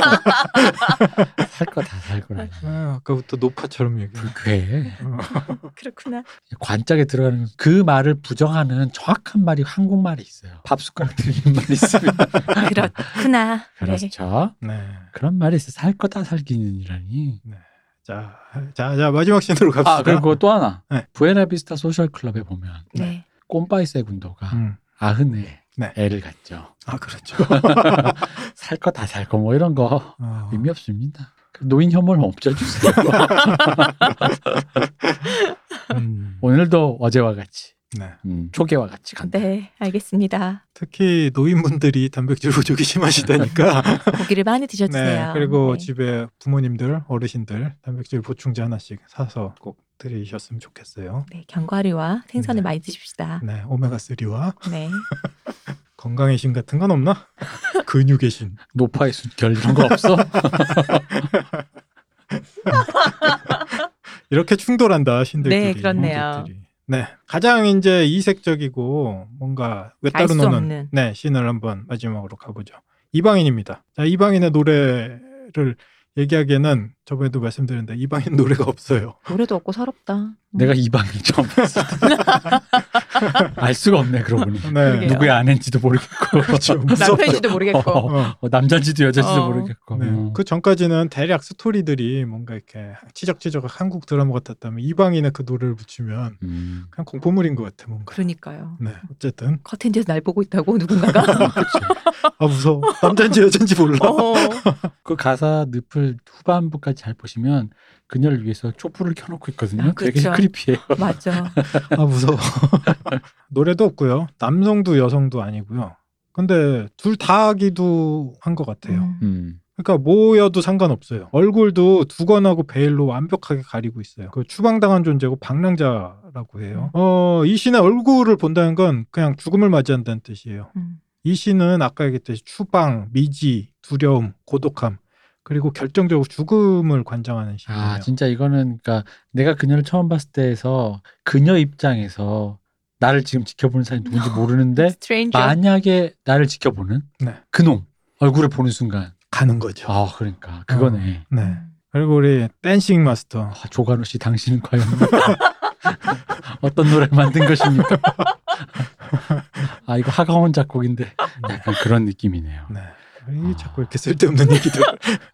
살 거 다 살고라니. 아, 아까부터 노파처럼 얘기. 불쾌해. 어, 그렇구나. 관짝에 들어가는 그 말을 부정하는 정확한 말이 한국말이 있어요. 밥 숟가락 들리는 말이 있으면. <laughs> 아, 그렇구나. 네. 그렇죠. 네. 그런 말이 있어. 살 거 다 살기는이라니. 자, 자, 자 마지막 신으로 갑시다. 아 그리고 또 하나. 네. 부에나비스타 소셜 클럽에 보면 네. 꼼바이세 군도가 음. 아흔에 네. 애를 갖죠. 아 그렇죠. 살 거 다 살고 뭐 이런 거 어. 의미 없습니다. 그 노인 혐오를 멈춰주세요. <laughs> 음. 오늘도 어제와 같이 네. 음, 초계와 같이 간다. 네, 알겠습니다. 특히 노인분들이 단백질 부족이 심하시다니까. 고기를 많이 드셔주세요. 그리고 네. 집에 부모님들, 어르신들 단백질 보충제 하나씩 사서 꼭 드리셨으면 좋겠어요. 네, 견과류와 생선을 네. 많이 드십시다. 네, 오메가 3와 네. 건강의 신 같은 <laughs> 건 없나? 근육의 신. 노파의 순결 이런 거 없어? 이렇게 충돌한다 신들끼리. 네, 그렇네요. 신들끼리. 네, 가장 이제 이색적이고 뭔가 알 외따로 수 노는 없는. 네 신을 한번 마지막으로 가보죠. 이방인입니다. 자, 이방인의 노래를 얘기하기에는 저번에도 말씀드렸는데 이방인 <laughs> 노래가 없어요. 노래도 없고 서럽다. 내가 이 방을 처음 <laughs> 봤어. 알 수가 없네 그러고 보니. 네, 그러게요. 누구의 아내인지도 <laughs> 모르겠고 그렇죠. 무섭죠. 어. 남편인지도 모르겠고. 어, 어, 남자인지도 여자인지도 어. 모르겠고 네. 어. 그 전까지는 대략 스토리들이 뭔가 이렇게 치적치적 한국 드라마 같았다면 이방인의 그 노래를 붙이면 음, 그냥 공포물인 것 같아 뭔가. 그러니까요. 네, 어쨌든 커튼 뒤에서 날 보고 있다고 누군가가. 그렇죠. 아 무서워. 남잔지 여잔지 몰라. <laughs> <laughs> 어. 그 가사 늪을 후반부까지 잘 보시면 그녀를 위해서 촛불을 켜놓고 있거든요. 아, 되게 그렇죠. 크리피해요. 맞아. 아 무서워. <laughs> 노래도 없고요. 남성도 여성도 아니고요. 근데 둘 다 하기도 한 것 같아요. 음. 음. 그러니까 모여도 상관없어요. 얼굴도 두건하고 베일로 완벽하게 가리고 있어요. 그 추방당한 존재고 방랑자라고 해요. 음. 어, 이 신의 얼굴을 본다는 건 그냥 죽음을 맞이한다는 뜻이에요. 음. 이 신은 아까 얘기했듯이 추방, 미지, 두려움, 고독함 그리고 결정적으로 죽음을 관장하는 신이에요. 아 진짜 이거는 그러니까 내가 그녀를 처음 봤을 때에서 그녀 입장에서 나를 지금 지켜보는 사람이 <laughs> 누군지 모르는데 스트레인저. 만약에 나를 지켜보는 네. 그놈 얼굴을 보는 순간 가는 거죠. 아 그러니까 그거네. 네. 그리고 우리 댄싱 마스터 아, 조관우 씨 당신은 과연 <laughs> 어떤 노래 만든 것입니까? 아 이거 하가온 작곡인데 약간 그런 느낌이네요. 네. 아. 이 자꾸 이렇게 쓸데없는 <laughs> 얘기들.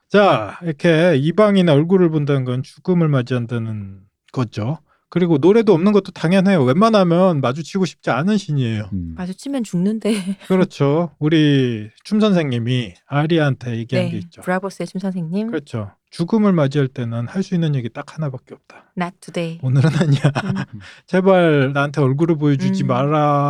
자, 이렇게 이방인의 얼굴을 본다는 건 죽음을 맞이한다는 거죠. 그리고 노래도 없는 것도 당연해요. 웬만하면 마주치고 싶지 않은 신이에요. 음. 마주치면 죽는데. 그렇죠. 우리 춤 선생님이 아리한테 얘기한 게 네. 있죠. 브라보스의 춤 선생님. 그렇죠. 죽음을 맞이할 때는 할 수 있는 얘기 딱 하나밖에 없다. Not today. 오늘은 아니야. 음. 제발 나한테 얼굴을 보여주지 음.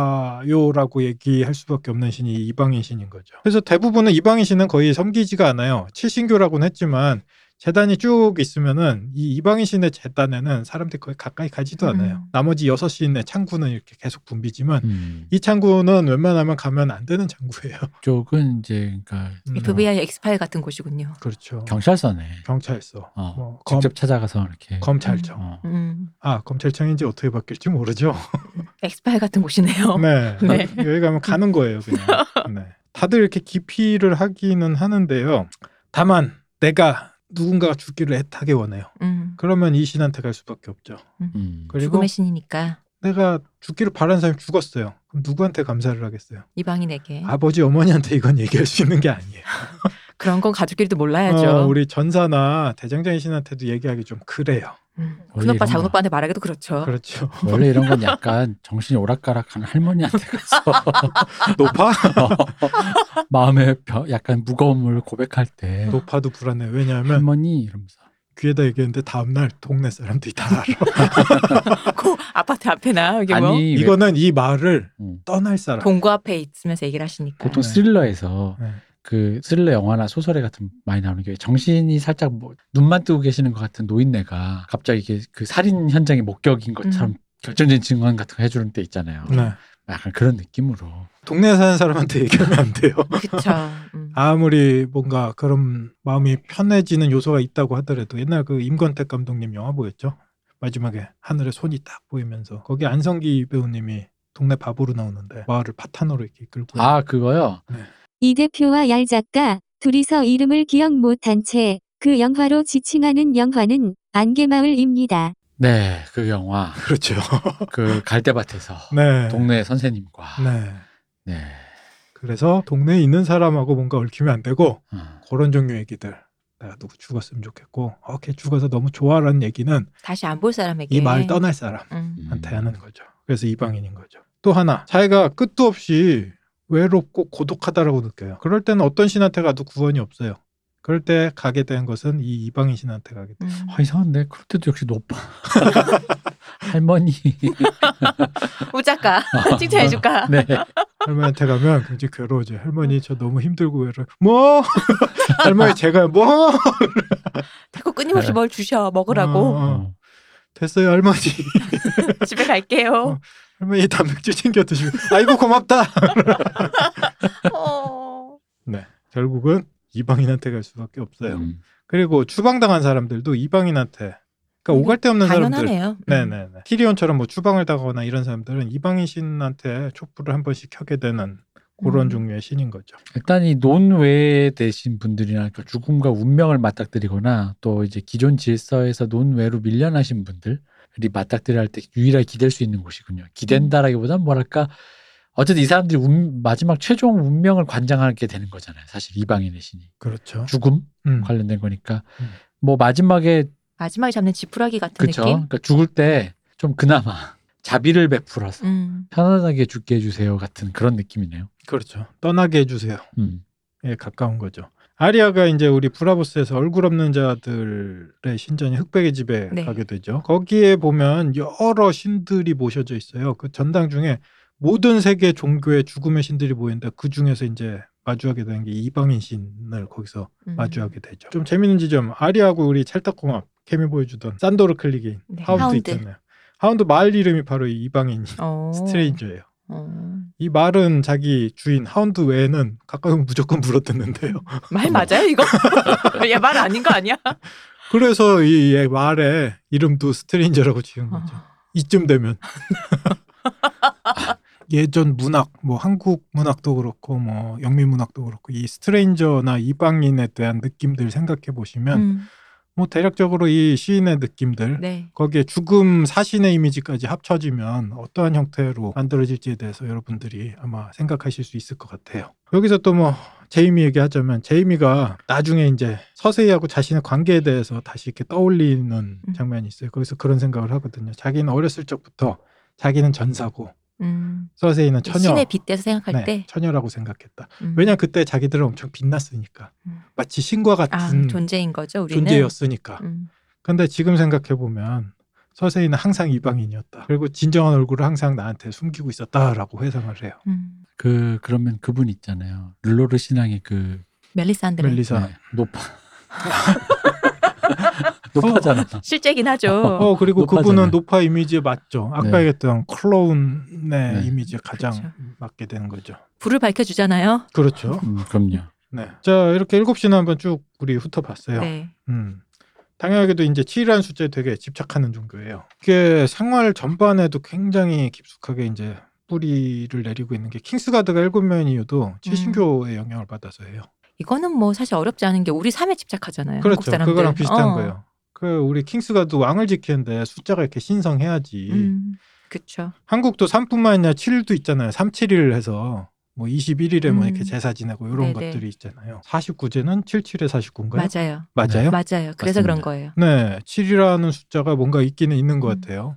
말아요라고 얘기할 수밖에 없는 신이 이방인 신인 거죠. 그래서 대부분은 이방인 신은 거의 섬기지가 않아요. 칠신교라고는 했지만 재단이 쭉 있으면은 이 이방인 시인의 재단에는 사람들이 거의 가까이 가지도 않아요. 음. 나머지 여섯 시인의 창구는 이렇게 계속 붐비지만 음, 이 창구는 웬만하면 가면 안 되는 창구예요. 이쪽은 <laughs> 이제 그러니까 음, FBI 엑스파일 같은 곳이군요. 그렇죠. 경찰서네. 경찰서, 어, 뭐 검, 직접 찾아가서 이렇게. 검찰청. 어. 음, 아 검찰청인지 어떻게 바뀔지 모르죠. 엑스파일 같은 <laughs> 곳이네요. 네. 네. 여기 가면 가는 거예요, <laughs> 그냥. 네. 다들 이렇게 기피를 하기는 하는데요. 다만 내가 누군가가 죽기를 애타게 원해요. 음, 그러면 이 신한테 갈 수밖에 없죠. 음. 그리고 죽음의 신이니까 내가 죽기를 바란 사람이 죽었어요. 그럼 누구한테 감사를 하겠어요? 이방인에게 아버지 어머니한테 이건 얘기할 수 있는 게 아니에요. 그런 건 가족끼리도 몰라야죠. 어, 우리 전사나 대장장이 신한테도 얘기하기 좀 그래요. 음, 원래 큰오빠 이런 작은 거야. 오빠한테 말하기도 그렇죠. 그렇죠. 원래 이런 건 약간 정신이 오락가락한 할머니한테 가서 <laughs> 높아? <laughs> 마음에 벼- 약간 무거움을 고백할 때 높아도 불안해. 음. 왜냐하면 할머니 이러면서 귀에다 얘기했는데 다음날 동네 사람들이 다 알아. <laughs> 그 아파트 앞에나 이게 뭐 아니 왜 이거는 이 말을 음. 떠날 사람. 동구 앞에 있으면서 얘기를 하시니까. 보통 네. 스릴러에서 네. 그 스릴러 영화나 소설에 같은 많이 나오는 게 정신이 살짝 뭐 눈만 뜨고 계시는 것 같은 노인네가 갑자기 이게 그 살인 현장의 목격인 음. 것처럼 결정적인 증언 같은 거 해주는 때 있잖아요. 네. 약간 그런 느낌으로 동네에 사는 사람한테 얘기하면 안 돼요. 그렇죠. 음. <laughs> 아무리 뭔가 그런 마음이 편해지는 요소가 있다고 하더라도 옛날 그 임권택 감독님 영화 보였죠? 마지막에 하늘에 손이 딱 보이면서 거기 안성기 배우님이 동네 바보로 나오는데 마을을 파탄으로 이렇게 네. 끌고 아 그거요 이 대표와 얄 작가 둘이서 이름을 기억 못한 채 그 영화로 지칭하는 영화는 안개마을입니다. 네 그 영화 그렇죠. 그 갈대밭에서 <laughs> 네. 동네 선생님과 네. 네 그래서 동네에 있는 사람하고 뭔가 얽히면 안 되고 어, 그런 종류 얘기들 내가 누구 죽었으면 좋겠고 어, 걔 죽어서 너무 좋아라는 얘기는 다시 안 볼 사람에게 이 마을 떠날 사람. 음. 한테 하는 거죠. 그래서 이방인인 거죠. 또 하나 자기가 끝도 없이 외롭고 고독하다라고 느껴요. 그럴 때는 어떤 신한테 가도 구원이 없어요. 그럴 때 가게 된 것은 이 이방인 신한테 가게 돼. 음. 아, 이상한데 그럴 때도 역시 높아 <laughs> 할머니 <laughs> 우작가 어. <laughs> 칭찬해줄까? 네 할머니한테 가면 굉장히 괴로워져요. 할머니 저 너무 힘들고 외로워. 뭐? <laughs> 할머니 제가 뭐? 자꾸 네. 끊임없이 뭘 주셔 먹으라고 어, 어. 어. 됐어요 할머니. <laughs> <laughs> 어. 집에 갈게요. 할머니 단백질 챙겨 드시고. 아이고 고맙다. <laughs> 어. 네. 결국은 이방인한테 갈 수밖에 없어요. 음. 그리고 추방당한 사람들도 이방인한테 그러니까 오갈 데 없는 사람들 당연하네요. 음. 네네네. 키리온처럼 뭐 추방을 당하거나 이런 사람들은 이방인 신한테 촛불을 한 번씩 켜게 되는 그런 음. 종류의 신인 거죠. 일단 이 논외 되신 분들이나 그 죽음과 운명을 맞닥뜨리거나 또 이제 기존 질서에서 논외로 밀려나신 분들이 맞닥뜨려 할 때 유일하게 기댈 수 있는 곳이군요. 기댄다라기보단 뭐랄까 어쨌든 이 사람들이 운- 마지막 최종 운명을 관장하게 되는 거잖아요. 사실 이방인의 신이 그렇죠. 죽음 음. 관련된 거니까 음. 뭐 마지막에 마지막에 잡는 지푸라기 같은 그쵸? 느낌. 그러니까 죽을 때 좀 그나마 <laughs> 자비를 베풀어서 음. 편안하게 죽게 해주세요 같은 그런 느낌이네요. 그렇죠. 떠나게 해주세요. 음. 예, 가까운 거죠. 아리아가 이제 우리 브라보스에서 얼굴 없는 자들의 신전인 흑백의 집에 네. 가게 되죠. 거기에 보면 여러 신들이 모셔져 있어요. 그 전당 중에 모든 세계 종교의 죽음의 신들이 모인다. 그 중에서 이제 마주하게 되는 게 이방인 신을 거기서 음. 마주하게 되죠. 좀 재밌는 지점 아리하고 우리 찰떡궁합 케미 보여주던 산도르 클리게인 네, 하운드, 하운드. 있잖아요. 하운드 말 이름이 바로 이 이방인 어. 스트레인저예요. 어. 이 말은 자기 주인 하운드 외에는 가까우면 무조건 물어뜯는데요. <laughs> 말 맞아요 이거? 야 말 아닌 거 아니야? 그래서 이 얘 말의 이름도 스트레인저라고 지은 거죠. 아. 이쯤 되면 <laughs> 예전 문학 뭐 한국 문학도 그렇고 뭐 영미 문학도 그렇고 이 스트레인저나 이방인에 대한 느낌들 생각해 보시면 음. 뭐 대략적으로 이 시인의 느낌들 네. 거기에 죽음 사신의 이미지까지 합쳐지면 어떠한 형태로 만들어질지에 대해서 여러분들이 아마 생각하실 수 있을 것 같아요. 여기서 또 뭐 제이미 얘기하자면 제이미가 나중에 이제 서세이하고 자신의 관계에 대해서 다시 이렇게 떠올리는 음. 장면이 있어요. 거기서 그런 생각을 하거든요. 자기는 어렸을 적부터 자기는 전사고 음. 서세이는 처녀. 신의 빗대서 생각할 네, 때 처녀라고 생각했다. 음. 왜냐 그때 자기들은 엄청 빛났으니까 음. 마치 신과 아 같은 존재인 거죠 우리는. 존재였으니까. 음. 근데 지금 생각해보면 서세이는 항상 이방인이었다. 그리고 진정한 얼굴을 항상 나한테 숨기고 있었다라고 회상을 해요. 음. 그 그러면 그분 있잖아요. 르로르 신앙의 그 멜리산드레. 멜리사. 네, 높아 <laughs> 높아잖아. 실제긴 하죠. 어 그리고 노파잖아요. 그분은 노파 이미지에 맞죠. 아까 네. 얘기했던 클로운의 네. 이미지에 가장 그렇죠. 맞게 되는 거죠. 불을 밝혀주잖아요. 그렇죠. 음, 그럼요. 네. 자 이렇게 일곱 시나 한번 쭉 우리 훑어봤어요. 네. 음. 당연하게도 이제 7이라는 숫자에 되게 집착하는 종교예요. 이게 생활 전반에도 굉장히 깊숙하게 이제 뿌리를 내리고 있는 게 킹스가드가 일곱 명인 음. 이유도 최신교의 영향을 받아서예요. 이거는 뭐 사실 어렵지 않은 게 우리 삶에 집착하잖아요. 네, 한국 그렇죠. 사람들. 그거랑 비슷한 어. 거예요. 그 우리 킹스가드 왕을 지키는데 숫자가 이렇게 신성해야지. 음, 그렇죠. 한국도 3뿐만 아니라 7도 있잖아요. 3, 7일 해서 뭐 21일에 뭐 음. 이렇게 제사 지내고 네네. 이런 것들이 있잖아요. 49제는 77에 49인가요? 맞아요. 맞아요? 맞아요. 그래서 맞습니다. 그런 거예요. 네, 7이라는 숫자가 뭔가 있기는 있는 것 음. 같아요.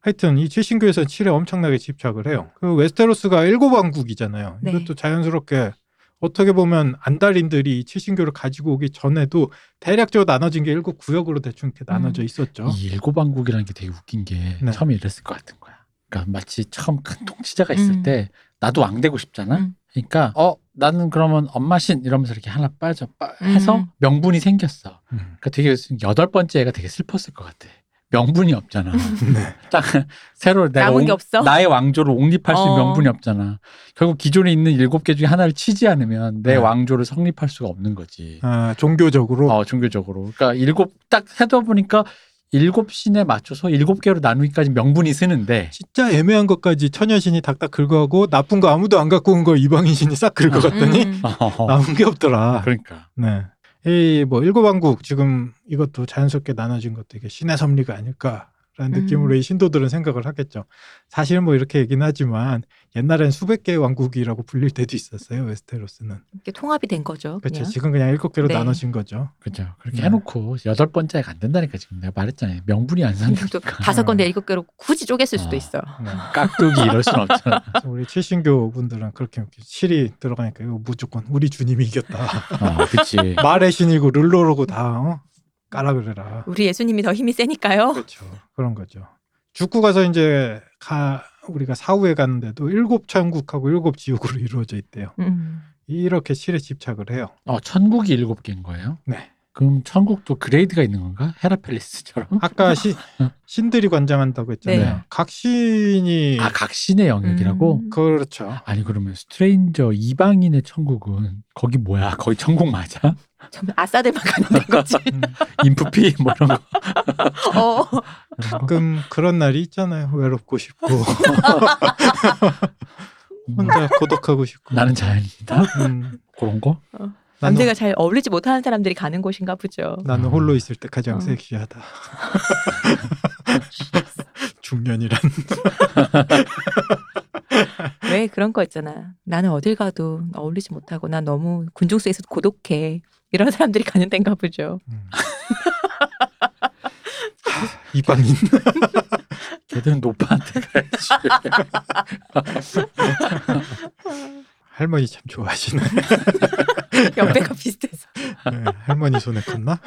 하여튼 이 최신교에서는 7에 엄청나게 집착을 해요. 그 웨스테로스가 일곱 왕국이잖아요. 네. 이것도 자연스럽게 어떻게 보면 안달인들이 이 최신교를 가지고 오기 전에도 대략적으로 나눠진 게 일곱 구역으로 대충 음. 이렇게 나눠져 있었죠. 이 일곱왕국이라는 게 되게 웃긴 게 어? 네. 처음에 이랬을 것 같은 거야. 그러니까 마치 처음 큰 통치자가 있을 음. 때 나도 왕 되고 싶잖아. 음. 그러니까 어 나는 그러면 엄마신 이러면서 이렇게 하나 빠져 빠- 해서 음. 명분이 생겼어. 음. 그러니까 되게 여덟 번째 애가 되게 슬펐을 것 같아. 명분이 없잖아. <laughs> 네. 딱 새로 내가 남은 게 옹- 없어? 나의 왕조를 옹립할 수 있는 어. 명분이 없잖아. 결국 기존에 있는 일곱 개 중에 하나를 치지 않으면 내 네. 왕조를 성립할 수가 없는 거지. 아, 종교적으로 어, 종교적으로. 그러니까 일곱 딱 해다 보니까 일곱 신에 맞춰서 일곱 개로 나누기까지 명분이 쓰는데 진짜 애매한 것까지 천여신이 딱딱 긁어하고 나쁜 거 아무도 안 갖고 온 거 이방인신이 싹 긁어갔더니 음. 어, 남은 게 없더라. <laughs> 그러니까 네. 이 뭐 일곱 왕국 지금 이것도 자연스럽게 나눠진 것도 이게 신의 섭리가 아닐까라는 음. 느낌으로 이 신도들은 생각을 하겠죠. 사실 뭐 이렇게 얘기는 하지만 옛날엔 수백 개의 왕국이라고 불릴 때도 있었어요. 웨스테로스는. 이렇게 통합이 된 거죠. 그렇죠. 그냥. 지금 그냥 일곱 개로 네. 나눠진 거죠. 그죠 그렇게 네. 해놓고 여덟 번째가 안 된다니까 지금 내가 말했잖아요 <laughs> 명분이 안 또 아. 산다니까 다섯 건데 일곱 개로 굳이 쪼갰을 수도 어. 있어. 네. 깍두기 이럴 순 없잖아 그래서 우리 최신교 분들은 그렇게 실이 들어가니까 이거 무조건 우리 <laughs> 주님이 이겼다. 어, 그치 말의 신이고 룰로로고 다 어? 깔아 그래라. 우리 예수님이 더 힘이 세니까요. 그렇죠. 그런 거죠. 죽고 가서 이제 가 우리가 사후에 갔는데도 일곱 천국하고 일곱 지옥으로 이루어져 있대요. 음. 이렇게 실에 집착을 해요. 어 천국이 일곱 개인 거예요 네. 그럼 천국도 그레이드가 있는 건가 헤라펠리스처럼 아까 시- 신들이 관장한다고 했잖아요. 네. 각 신이 아 각 신의 영역이라고 음. 그렇죠. 아니 그러면 스트레인저 이방인의 천국은 거기 뭐야 거기 천국 맞아 음, 좀 아싸들만 가는 데 <laughs> 거지. 인프피 뭐 이런 거 어. 이런 거? 가끔 그런 날이 있잖아요. 외롭고 <laughs> 싶고 혼자 고독하고 싶고 음, 나는 자연이다 음, 그런 거 남들과 잘 어울리지 못하는 사람들이 가는 곳인가 보죠. 나는 홀로 음. 있을 때 가장 어. <laughs> 섹시하다. 중년이란 왜 그런 거 있잖아. 나는 어딜 가도 어울리지 못하고 난 너무 군중수에서 고독해. 이런 사람들이 가는 데인가 <laughs> 보죠. 음. 하, 이방인 걔들은 노파한테 가야지. 할머니 참 좋아하시네. 연배가 비슷해서. 네, 할머니 손에 컸나?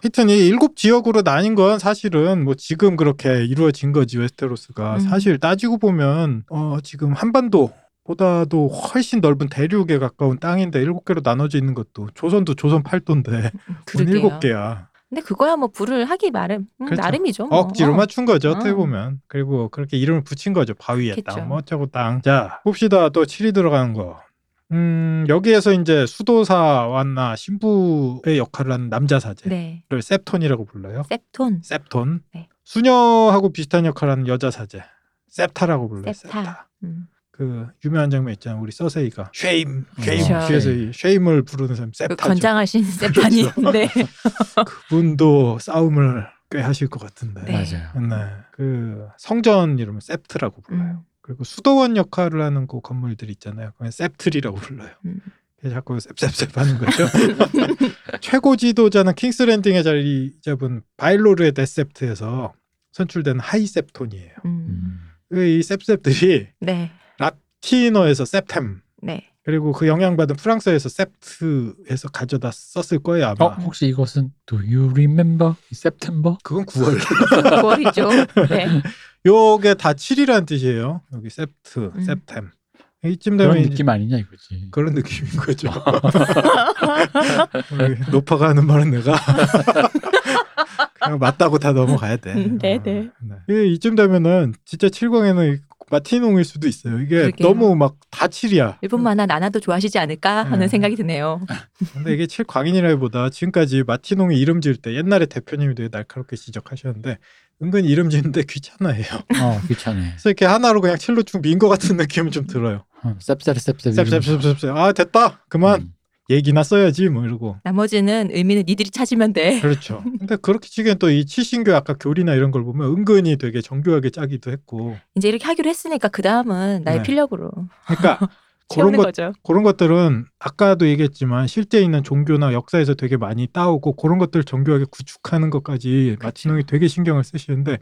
하여튼 이 일곱 지역으로 나뉜 건 사실은 뭐 지금 그렇게 이루어진 거지 웨스테로스가 음. 사실 따지고 보면 어 지금 한반도 보다도 훨씬 넓은 대륙에 가까운 땅인데 일곱 개로 나눠져 있는 것도 조선도 조선 팔도인데 문 일곱 개야 근데 그거야 뭐 불을 하기 나름 음, 그렇죠. 나름이죠. 뭐. 억지로 어. 맞춘 거죠 어떻게 어. 보면 그리고 그렇게 이름을 붙인 거죠 바위에 그렇겠죠. 땅뭐 어쩌고 땅자 봅시다 또 칠이 들어가는 거 음, 여기에서 이제 수도사와나 신부의 역할을 하는 남자 사제. 네. 를 셉톤이라고 불러요. 셉톤. 셉톤. 네. 수녀하고 비슷한 역할하는 여자 사제. 셉타라고 불러요. 셉타. 셉타. 음. 그 유명한 장면 있잖아요. 우리 서세이가 쉐임, 쉐임 그렇죠. 뒤에서 이 쉐임을 부르는 사람 그 셉타죠. 그렇죠. 건장하신 <laughs> 셉타님. 네. 그분도 싸움을 꽤 하실 것 같은데. 네. 맞아요. 네. 그 성전 이름은 셉트라고 불러요. 음. 그리고 수도원 역할을 하는 그 건물들 있잖아요. 그건 셉트리라고 불러요. 음. 그래서 자꾸 셉셉셉 하는 거죠. <laughs> 최고 지도자는 킹스랜딩의 자리 잡은 바일로르의 데셉트에서 선출된 하이셉톤이에요. 그 음. 음. 이 셉셉들이 네. 티노에서 셉템 네. 그리고 그 영향받은 프랑스에서 셉트에서 가져다 썼을 거예요 아마. 어, 혹시 이것은 Do you remember September? 그건 9월. <laughs> 9월이죠. 네. 요게 다 7이라는 뜻이에요. 여기 셉트, 음. 셉템. 이쯤 되면 그런 이제 느낌 아니냐 이거지. 그런 느낌인 거죠. <laughs> 우리 노파가 하는 말은 내가 <laughs> 그냥 맞다고 다 넘어가야 돼. 음, 네, 어, 네. 예, 이쯤 되면은 진짜 7광에는 마티농일 수도 있어요. 이게 그러게요. 너무 막 다 7이야. 일본 만화 나나도 좋아하시지 않을까 하는 네. 생각이 드네요. 근데 이게 7광인이라기보다 지금까지 마티농이 이름 지을 때 옛날에 대표님이 되게 날카롭게 지적하셨는데 은근 이름 지는데 귀찮아해요. 어, 귀찮아. 그래서 이렇게 하나로 그냥 칠로 쭉 민 것 같은 느낌은 좀 들어요. 쌉싸리 쌉싸리. 셉셉셉셉셉. 아 됐다. 그만 음. 얘기나 써야지 뭐 이러고. 나머지는 의미는 니들이 찾으면 돼. 그렇죠. 근데 그렇게 치기엔 또 이 치신교 아까 교리나 이런 걸 보면 은근히 되게 정교하게 짜기도 했고. 이제 이렇게 하기로 했으니까 그 다음은 나의 네. 필력으로 <laughs> 그러니까 그런 채우는 것 거죠. 그런 것들은 아까도 얘기했지만 실제 있는 종교나 역사에서 되게 많이 따오고 그런 것들 을 정교하게 구축하는 그렇죠. 것까지 마치농이 되게 신경을 쓰시는데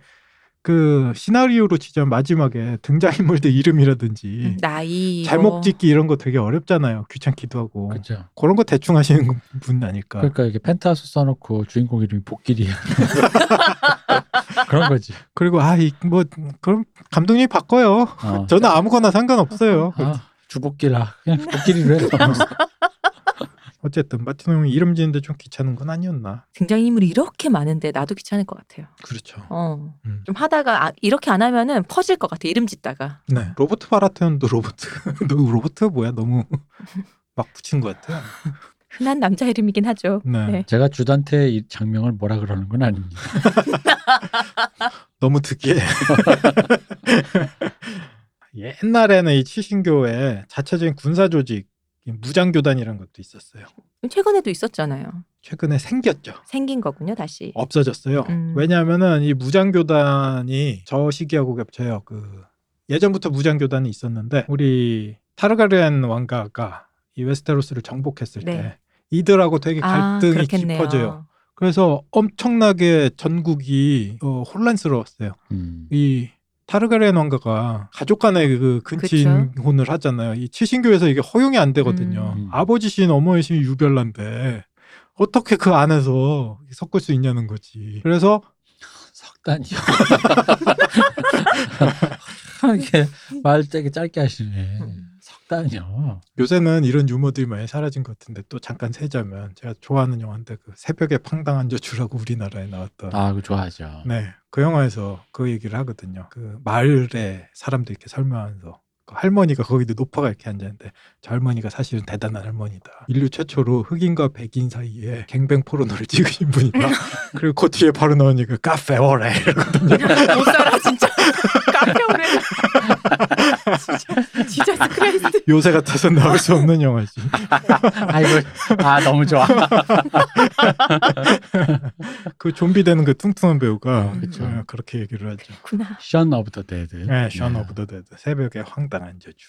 그 시나리오로 치자면 마지막에 등장인물들 음, 이름이라든지 네. 나이 뭐 잘못 짓기 이런 거 되게 어렵잖아요. 귀찮기도 하고 그렇죠. 그런 거 대충 하시는 분 아닐까. 그러니까 이게 펜트하우스 써놓고 주인공 이름이 복길이야. <laughs> 그런 거지. 그리고 아 뭐 그럼 감독님 바꿔요. <laughs> 어. 저는 아무거나 상관없어요. 아, 주복길아. 그냥 복길이로 <laughs> 해. 어쨌든 마티노 이름 지는데 좀 귀찮은 건 아니었나. 등장인물이 이렇게 많은데 나도 귀찮을 것 같아요. 그렇죠. 어. 음. 좀 하다가 아, 이렇게 안 하면은 퍼질 것 같아. 이름 짓다가. 네. 로버트 바라테온도 로버트. <laughs> 너 로버트 뭐야? <laughs> 너무 막 붙인 것 같아. 흔한 남자 이름이긴 하죠. 네. 네. 제가 주단태 이 장명을 뭐라 그러는 건 아닙니다. 너무 <laughs> 특이해. 예, 옛날에는 이 치신교에 자체적인 군사 조직 무장 교단이라는 것도 있었어요. 최근에도 있었잖아요. 최근에 생겼죠. 생긴 거군요, 다시. 없어졌어요. 음. 왜냐하면은 이 무장교단이 저 시기하고 겹쳐요. 그 예전부터 무장교단이 있었는데 우리 타르가렌 왕가가 이 웨스테로스를 정복했을 네. 때 이들하고 되게 아, 갈등이 그렇겠네요. 깊어져요. 그래서 엄청나게 전국이 어, 혼란스러웠어요. 음. 이 타르가렌 왕가가 가족 간의 그 근친혼을 하잖아요. 이 치신교에서 이게 허용이 안 되거든요. 음. 아버지 신 어머니 신 유별난데 어떻게 그 안에서 섞을 수 있냐는 거지. 그래서 석단이요. <laughs> 이게 말 되게 짧게 하시네. 음. 석단이요. 요새는 이런 유머들이 많이 사라진 것 같은데 또 잠깐 세자면 제가 좋아하는 영화인데 그 새벽에 팡당한 저주라고 우리나라에 나왔던 아, 그거 좋아하죠. 네. 그 영화에서 그 얘기를 하거든요. 그 마을에 사람들 이렇게 설명하면서 그 할머니가 거기도 노파가 이렇게 앉았는데 저 할머니가 사실은 대단한 할머니다. 인류 최초로 흑인과 백인 사이에 갱뱅 포르노를 찍으신 <laughs> 분이다. 그리고 그 뒤에 바로 나오니까 카페오레 <laughs> <laughs> 못 살아 진짜. <laughs> 깜짝이야. <laughs> 진짜 진짜 크라이스트. 요새 같아서 나올 수 없는 영화지. 아이고, 아, 너무 <laughs> 좋아. 그 좀비 되는 그 뚱뚱한 배우가 그쵸. 어, 그렇게 얘기를 하죠. 구나. 션 오브 더 데드. 네, 션 오브 더 데드 새벽에 황당한 저주.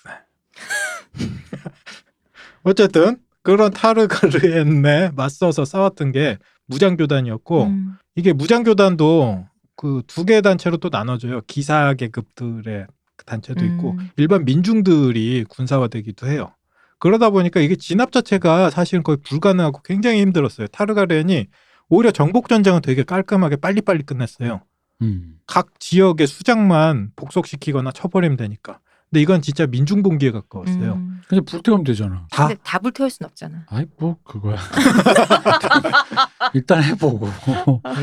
<laughs> 어쨌든 그런 타르가르엔에 맞서서 싸웠던 게 무장교단이었고 음. 이게 무장교단도 그 두 개 단체로 또 나눠져요. 기사 계급들의 그 단체도 있고 음. 일반 민중들이 군사화되기도 해요. 그러다 보니까 이게 진압 자체가 사실은 거의 불가능하고 굉장히 힘들었어요. 타르가렌이 오히려 정복 전쟁은 되게 깔끔하게 빨리빨리 끝냈어요. 음. 각 지역의 수장만 복속시키거나 처벌하면 되니까. 근데 이건 진짜 민중봉기에 가까웠어요. 음. 근데 불태우면 되잖아. 다 근데 다 불태울 순 없잖아. 아이, 뭐, <laughs> 그거야. 일단 해보고.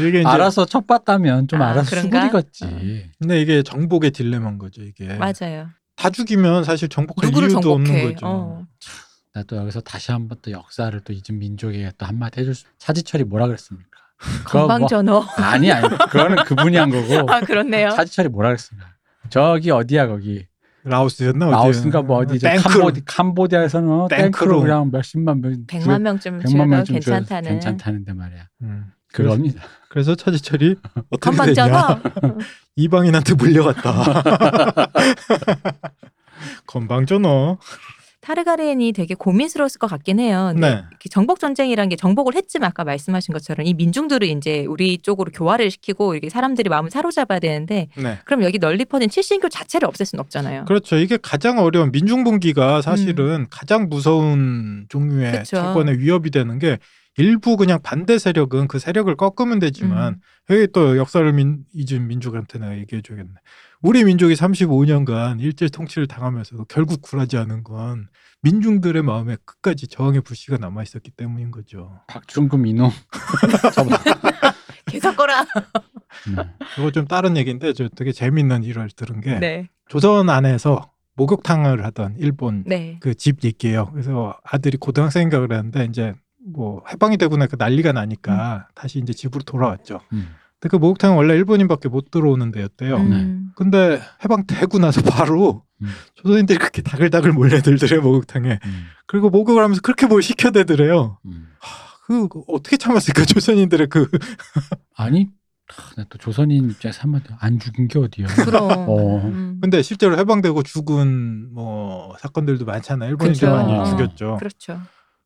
이게 이제 알아서 첫 봤다면 좀 아, 알아서 그런가? 수그리겠지. 근데 이게 정복의 딜레마인 거죠. 이게 맞아요. 다 죽이면 사실 정복할 누구를 네. 이유도 정복해? 없는 거죠. 어. 나 또 여기서 다시 한번 또 역사를 또 잊은 민족에게 또 한마디 해줄 수. 차지철이 뭐라 그랬습니까? 그거 뭐- 건방전어. <laughs> 아니 아니 그거는 그분이 한 거고 아 그렇네요. 차지철이 뭐라 그랬습니까? 저기 어디야 거기 라오스였나 어디? 라오스인가 뭐 어디 이제 뱅크로. 캄보디, 캄보디아에서는 어, 뱅크로. 땡크로 그냥 몇십만 명 100만 명쯤 백만 줄여도 명쯤 줄 괜찮다는. 괜찮다는데 말이야. 음. 그래서, 그겁니다. 그래서 <laughs> 차지철이 어떻게 되냐? 건방전어. <laughs> 이방인한테 물려갔다. <laughs> 건방져너. 타르가렌이 되게 고민스러웠을 것 같긴 해요. 근데 네. 이렇게 정복 전쟁이라는 게 정복을 했지만 아까 말씀하신 것처럼 이 민중들을 이제 우리 쪽으로 교화를 시키고 이렇게 사람들이 마음을 사로잡아야 되는데 네. 그럼 여기 널리 퍼진 칠신교 자체를 없앨 수는 없잖아요. 그렇죠. 이게 가장 어려운 민중분기가 사실은 가장 무서운 종류의 음. 그쵸. 사건의 위협이 되는 게 일부 그냥 반대 세력은 그 세력을 꺾으면 되지만 음. 여기 또 역사를 민, 잊은 민족한테 내가 얘기해줘야겠네. 우리 민족이 35년간 일제 통치를 당하면서도 결국 굴하지 않은 건 민중들의 마음에 끝까지 <laughs> 저항의 불씨가 남아 있었기 때문인 거죠. 박중금 이놈. 저보다 계속 거라. 음. 이거 좀 다른 얘기인데 저 되게 재미있는 일을 들은 게 <laughs> 네. 조선 안에서 목욕탕을 하던 일본 네. 그 집 얘기예요. 그래서 아들이 고등학생인가 그랬는데 이제 뭐 해방이 되고 나니까 난리가 나니까 다시 이제 집으로 돌아왔죠. 음. 근데 그 목욕탕은 원래 일본인밖에 못 들어오는 데였대요. 음. 근데 해방되고 나서 바로 음. 조선인들이 그렇게 다글다글 몰려들더래요 목욕탕에. 음. 그리고 목욕을 하면서 그렇게 뭘 시켜대더래요. 음. 그 어떻게 참았을까 조선인들의 그 아니, 하, 나또 조선인 입장에서 한마디 안 죽은 게 어디야. <laughs> 그럼. 어. 음. 네. 근데 실제로 해방되고 죽은 뭐 사건들도 많잖아요. 일본인들 그렇죠. 많이 어. 죽였죠. 그렇죠.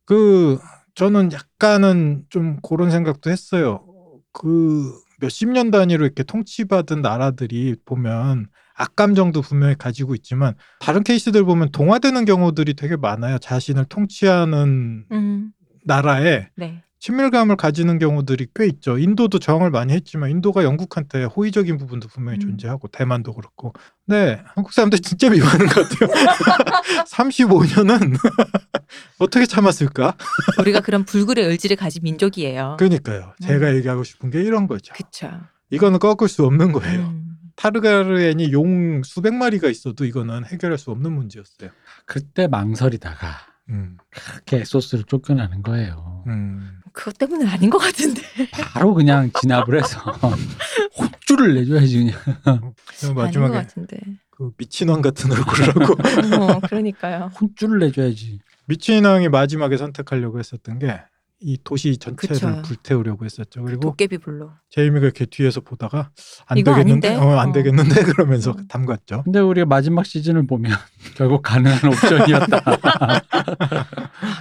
그 저는 약간은 좀 그런 생각도 했어요. 그 몇십 년 단위로 이렇게 통치받은 나라들이 보면 악감정도 분명히 가지고 있지만 다른 케이스들 보면 동화되는 경우들이 되게 많아요. 자신을 통치하는 음. 나라에 네. 친밀감을 가지는 경우들이 꽤 있죠. 인도도 저항을 많이 했지만 인도가 영국한테 호의적인 부분도 분명히 음. 존재하고 대만도 그렇고. 네, 한국 사람들 진짜 미워하는 것 같아요. <laughs> 35년은 <laughs> 어떻게 참았을까? 우리가 그런 불굴의 의지를 가진 민족이에요. 그러니까요. 음. 제가 얘기하고 싶은 게 이런 거죠. 그쵸. 이거는 꺾을 수 없는 거예요. 음. 타르가르엔이 용 수백 마리가 있어도 이거는 해결할 수 없는 문제였어요. 그때 망설이다가 음. 그렇게 소스를 쫓겨나는 거예요. 음. 그것 때문은 아닌 것 같은데. 바로 그냥 진압을 해서 <laughs> 혼쭐을 내줘야지 그냥. 그럼 아닌 것 마지막에 같은데. 그 미친왕 같은 얼굴이라고 <laughs> 어, 그러니까요. 혼쭐을 내줘야지. 미친왕이 마지막에 선택하려고 했었던 게 이 도시 전체를 그쵸. 불태우려고 했었죠. 그리고 도깨비 불로. 제이미가 이렇게 뒤에서 보다가 안 이거 되겠는데, 아닌데? 어, 안 어. 되겠는데 <laughs> 그러면서 음. 담갔죠. 근데 우리가 마지막 시즌을 보면 <laughs> 결국 가능한 옵션이었다. <laughs> 아,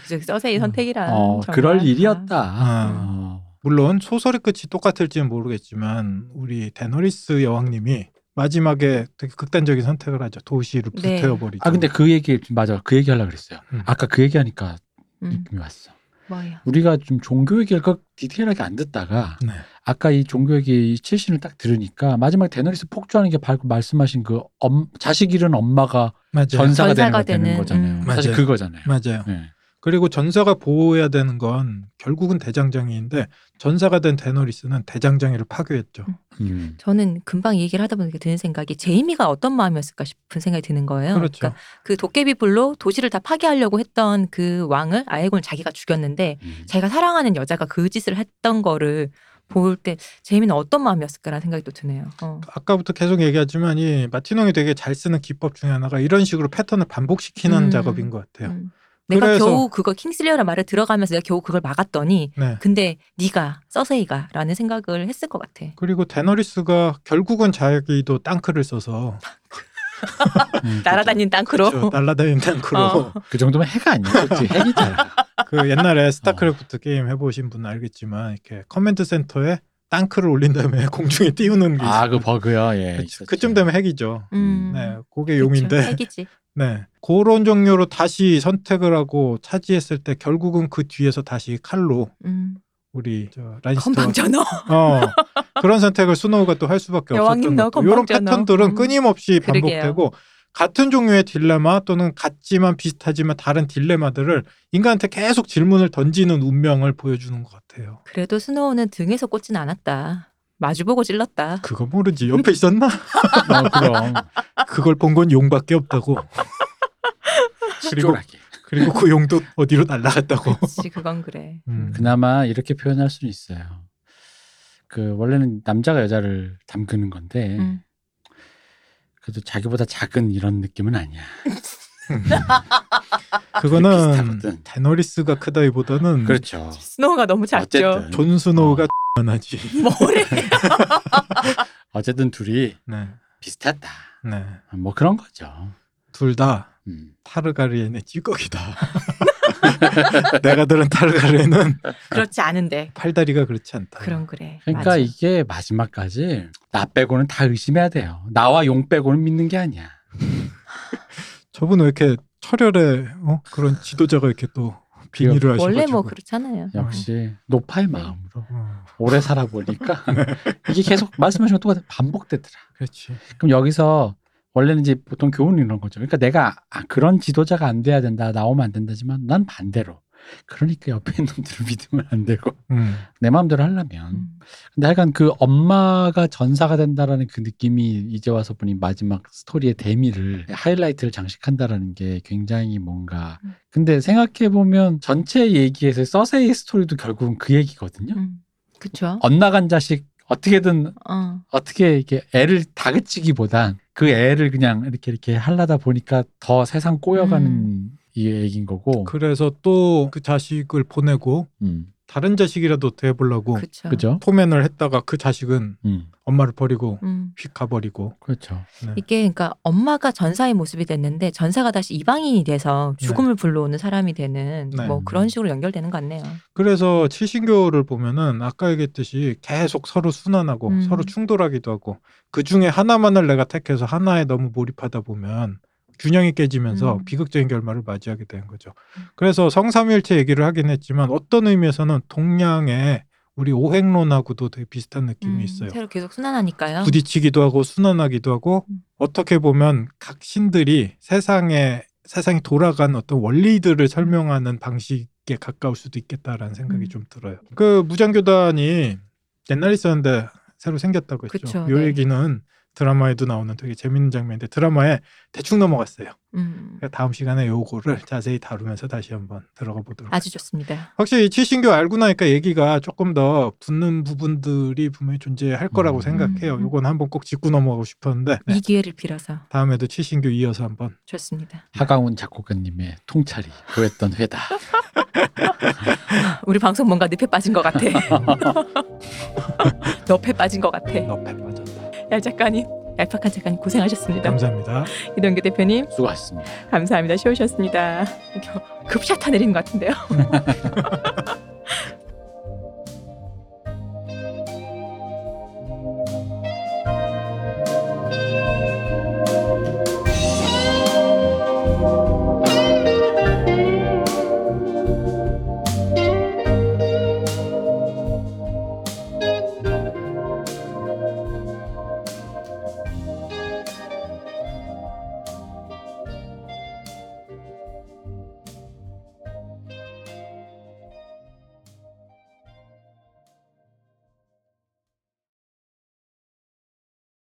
그저 음. 서세이 선택이라. 어, 그럴 일이었다. 어. 물론 소설의 끝이 똑같을지는 모르겠지만 우리 데너리스 여왕님이 마지막에 되게 극단적인 선택을 하죠. 도시를 네. 불태워버리죠. 아 근데 그 얘기 맞아 그 얘기 하려고 그랬어요. 음. 아까 그 얘기 하니까 음, 느낌이 왔어. 뭐야. 우리가 좀 종교 얘기를 그 디테일하게 안 듣다가 네. 아까 이 종교 얘기 이 칠신을 딱 들으니까 마지막 데너리스 폭주하는 게 바로 말씀하신 그 엄, 자식 잃은 엄마가 맞아요. 네. 전사가, 되는, 거 전사가 되는, 되는 거잖아요. 음. 사실 맞아요. 그거잖아요. 맞아요. 네. 그리고 전사가 보호해야 되는 건 결국은 대장장이인데 전사가 된 데너리스는 대장장이를 파괴했죠. 음. 저는 금방 이 얘기를 하다 보니까 드는 생각이 제이미가 어떤 마음이었을까 싶은 생각이 드는 거예요. 그렇죠. 러니까그 도깨비 불로 도시를 다 파괴하려고 했던 그 왕을 아에곤을 자기가 죽였는데 음. 자기가 사랑하는 여자가 그 짓을 했던 거를 볼 때 제이미는 어떤 마음이었을까라는 생각이 또 드네요. 어. 아까부터 계속 얘기하지만 이 마티농이 되게 잘 쓰는 기법 중에 하나가 이런 식으로 패턴을 반복시키는 음. 작업인 것 같아요. 음. 내가 그래서- 겨우 그거 킹슬리어라는 말을 들어가면서 내가 겨우 그걸 막았더니 네. 근데 네가 서세이가라는 생각을 했을 것 같아. 그리고 데너리스가 결국은 자기도 <laughs> 땅크를 써서 음, 날아다니는 땅크로. 저 날라다니는 땅크로 어. 그 정도면 해가 아니야. 그렇지. 핵이잖아. 그 <laughs> 어. 옛날에 스타크래프트 게임 해보신 분 알겠지만 이렇게 커맨드 센터에 땅크를 올린 다음에 <laughs> 공중에 띄우는 게 아 있어요. 그 버그요. 예. 있었죠. 그, 쯤 되면 핵이죠. 음. 그렇죠. 네, 그게 용인데 그쵸, 핵이지. 네. 그런 종류로 다시 선택을 하고 차지했을 때 결국은 그 뒤에서 다시 칼로 음. 우리 저 라니스터 건방져너. 어, 그런 선택을 스노우가 또 할 수밖에 여왕님 없었던 너 것같 이런 건방져너. 패턴들은 음. 끊임없이 그러게요. 반복되고 같은 종류의 딜레마 또는 같지만 비슷하지만 다른 딜레마들을 인간한테 계속 질문을 던지는 운명을 보여주는 것 같아요. 그래도 스노우는 등에서 꽂진 않았다. 마주보고 찔렀다. 그거 모르지 옆에 있었나? 어, 그럼. 그걸 본 건 용밖에 없다고. 그리고 <laughs> 시조라기. 그리고 그 용도 어디로 날아갔다고. <laughs> 그치, 그건 <laughs> 그래. 음. 그나마 이렇게 표현할 수는 있어요. 그 원래는 남자가 여자를 담그는 건데 음. 그래도 자기보다 작은 이런 느낌은 아니야. 그거는 비슷하거든. 데너리스가 크다기보다는 그렇죠. 스노우가 너무 작죠. 어쨌든 존 스노우가 <laughs> 하지. 뭐래? 어쨌든 둘이 네, 비슷했다. 네. 뭐 그런 거죠. 둘 다 음. 타르가리엔의 찌꺼기다. <laughs> 내가 들은 타르가리엔은 그렇지 않은데. 팔다리가 그렇지 않다. 그런 그래. 그러니까 맞아. 이게 마지막까지 나 빼고는 다 의심해야 돼요. 나와 용 빼고는 믿는 게 아니야. 저분 왜 이렇게 철혈에 어? 그런 지도자가 이렇게 또 비밀을 하시고 원래 뭐 그렇잖아요. 역시 노파의 마음으로 오래 살아보니까 <laughs> 네. 이게 계속 말씀하신 것 똑같아 반복되더라. 그렇지. 그럼 여기서 원래는 이제 보통 교훈 이런 거죠. 그러니까 내가 아, 그런 지도자가 안 돼야 된다, 나오면 안 된다지만 난 반대로 그러니까 옆에 있는 놈들을 <laughs> 믿으면 안 되고 음. 내 마음대로 하려면. 음. 근데 하여간 그 엄마가 전사가 된다라는 그 느낌이 이제 와서 보니 마지막 스토리의 대미를 하이라이트를 장식한다라는 게 굉장히 뭔가. 음. 근데 생각해 보면 전체 얘기에서 서세이 스토리도 결국은 그 얘기거든요. 음. 그쵸. 엇나간 자식 어떻게든 어. 어떻게 이렇게 애를 다그치기보단 그 애를 그냥 이렇게 이렇게 하려다 보니까 더 세상 꼬여가는 이 얘기인 거고. 그, 그래서 또 그 자식을 보내고 음. 다른 자식이라도 돼보려고 그쵸. 뭐, 그죠? 포맨을 했다가 그 자식은 음. 엄마를 버리고 음. 휙 가버리고 그렇죠. 이게 그러니까 엄마가 전사의 모습이 됐는데 전사가 다시 이방인이 돼서 죽음을 불러오는 사람이 되는 네. 뭐 음. 그런 식으로 연결되는 것 같네요. 그래서 칠신교를 보면은 아까 얘기했듯이 계속 서로 순환하고 음. 서로 충돌하기도 하고 그 중에 하나만을 내가 택해서 하나에 너무 몰입하다 보면 균형이 깨지면서 음. 비극적인 결말을 맞이하게 되는 거죠. 그래서 성삼일체 얘기를 하긴 했지만 어떤 의미에서는 동양의 우리 오행론하고도 되게 비슷한 느낌이 음, 있어요. 새로 계속 순환하니까요. 부딪히기도 하고 순환하기도 하고 어. 음. 어떻게 보면 각 신들이 세상에 세상이 돌아간 어떤 원리들을 설명하는 방식에 가까울 수도 있겠다라는 생각이 음. 좀 들어요. 그 무장교단이 옛날에 있었는데 새로 생겼다고 했죠. 그쵸, 요 네. 얘기는 드라마에도 나오는 되게 재밌는 장면인데 드라마에 대충 넘어갔어요. 음, 그러니까 다음 시간에 요거를 자세히 다루면서 다시 한번 들어가 보도록 아주 좋습니다. 확실히 칠신교 알고 나니까 얘기가 조금 더 붙는 부분들이 분명히 존재할 거라고 음. 생각해요. 음. 요건 한번 꼭 짚고 넘어가고 싶었는데 네. 이 기회를 빌어서 다음에도 칠신교 이어서 한번 좋습니다. 하강훈 작곡가님의 통찰이 보였던 회다. 우리 방송 뭔가 늪에 빠진 것 같아. 넙에 빠진 것 같아. 넙에 빠졌다. 얄 작가님, 얄팍한 작가님 고생하셨습니다. 감사합니다. 이동규 대표님 수고하셨습니다. 감사합니다. 쉬우셨습니다. 급샷 타 내린 것 같은데요.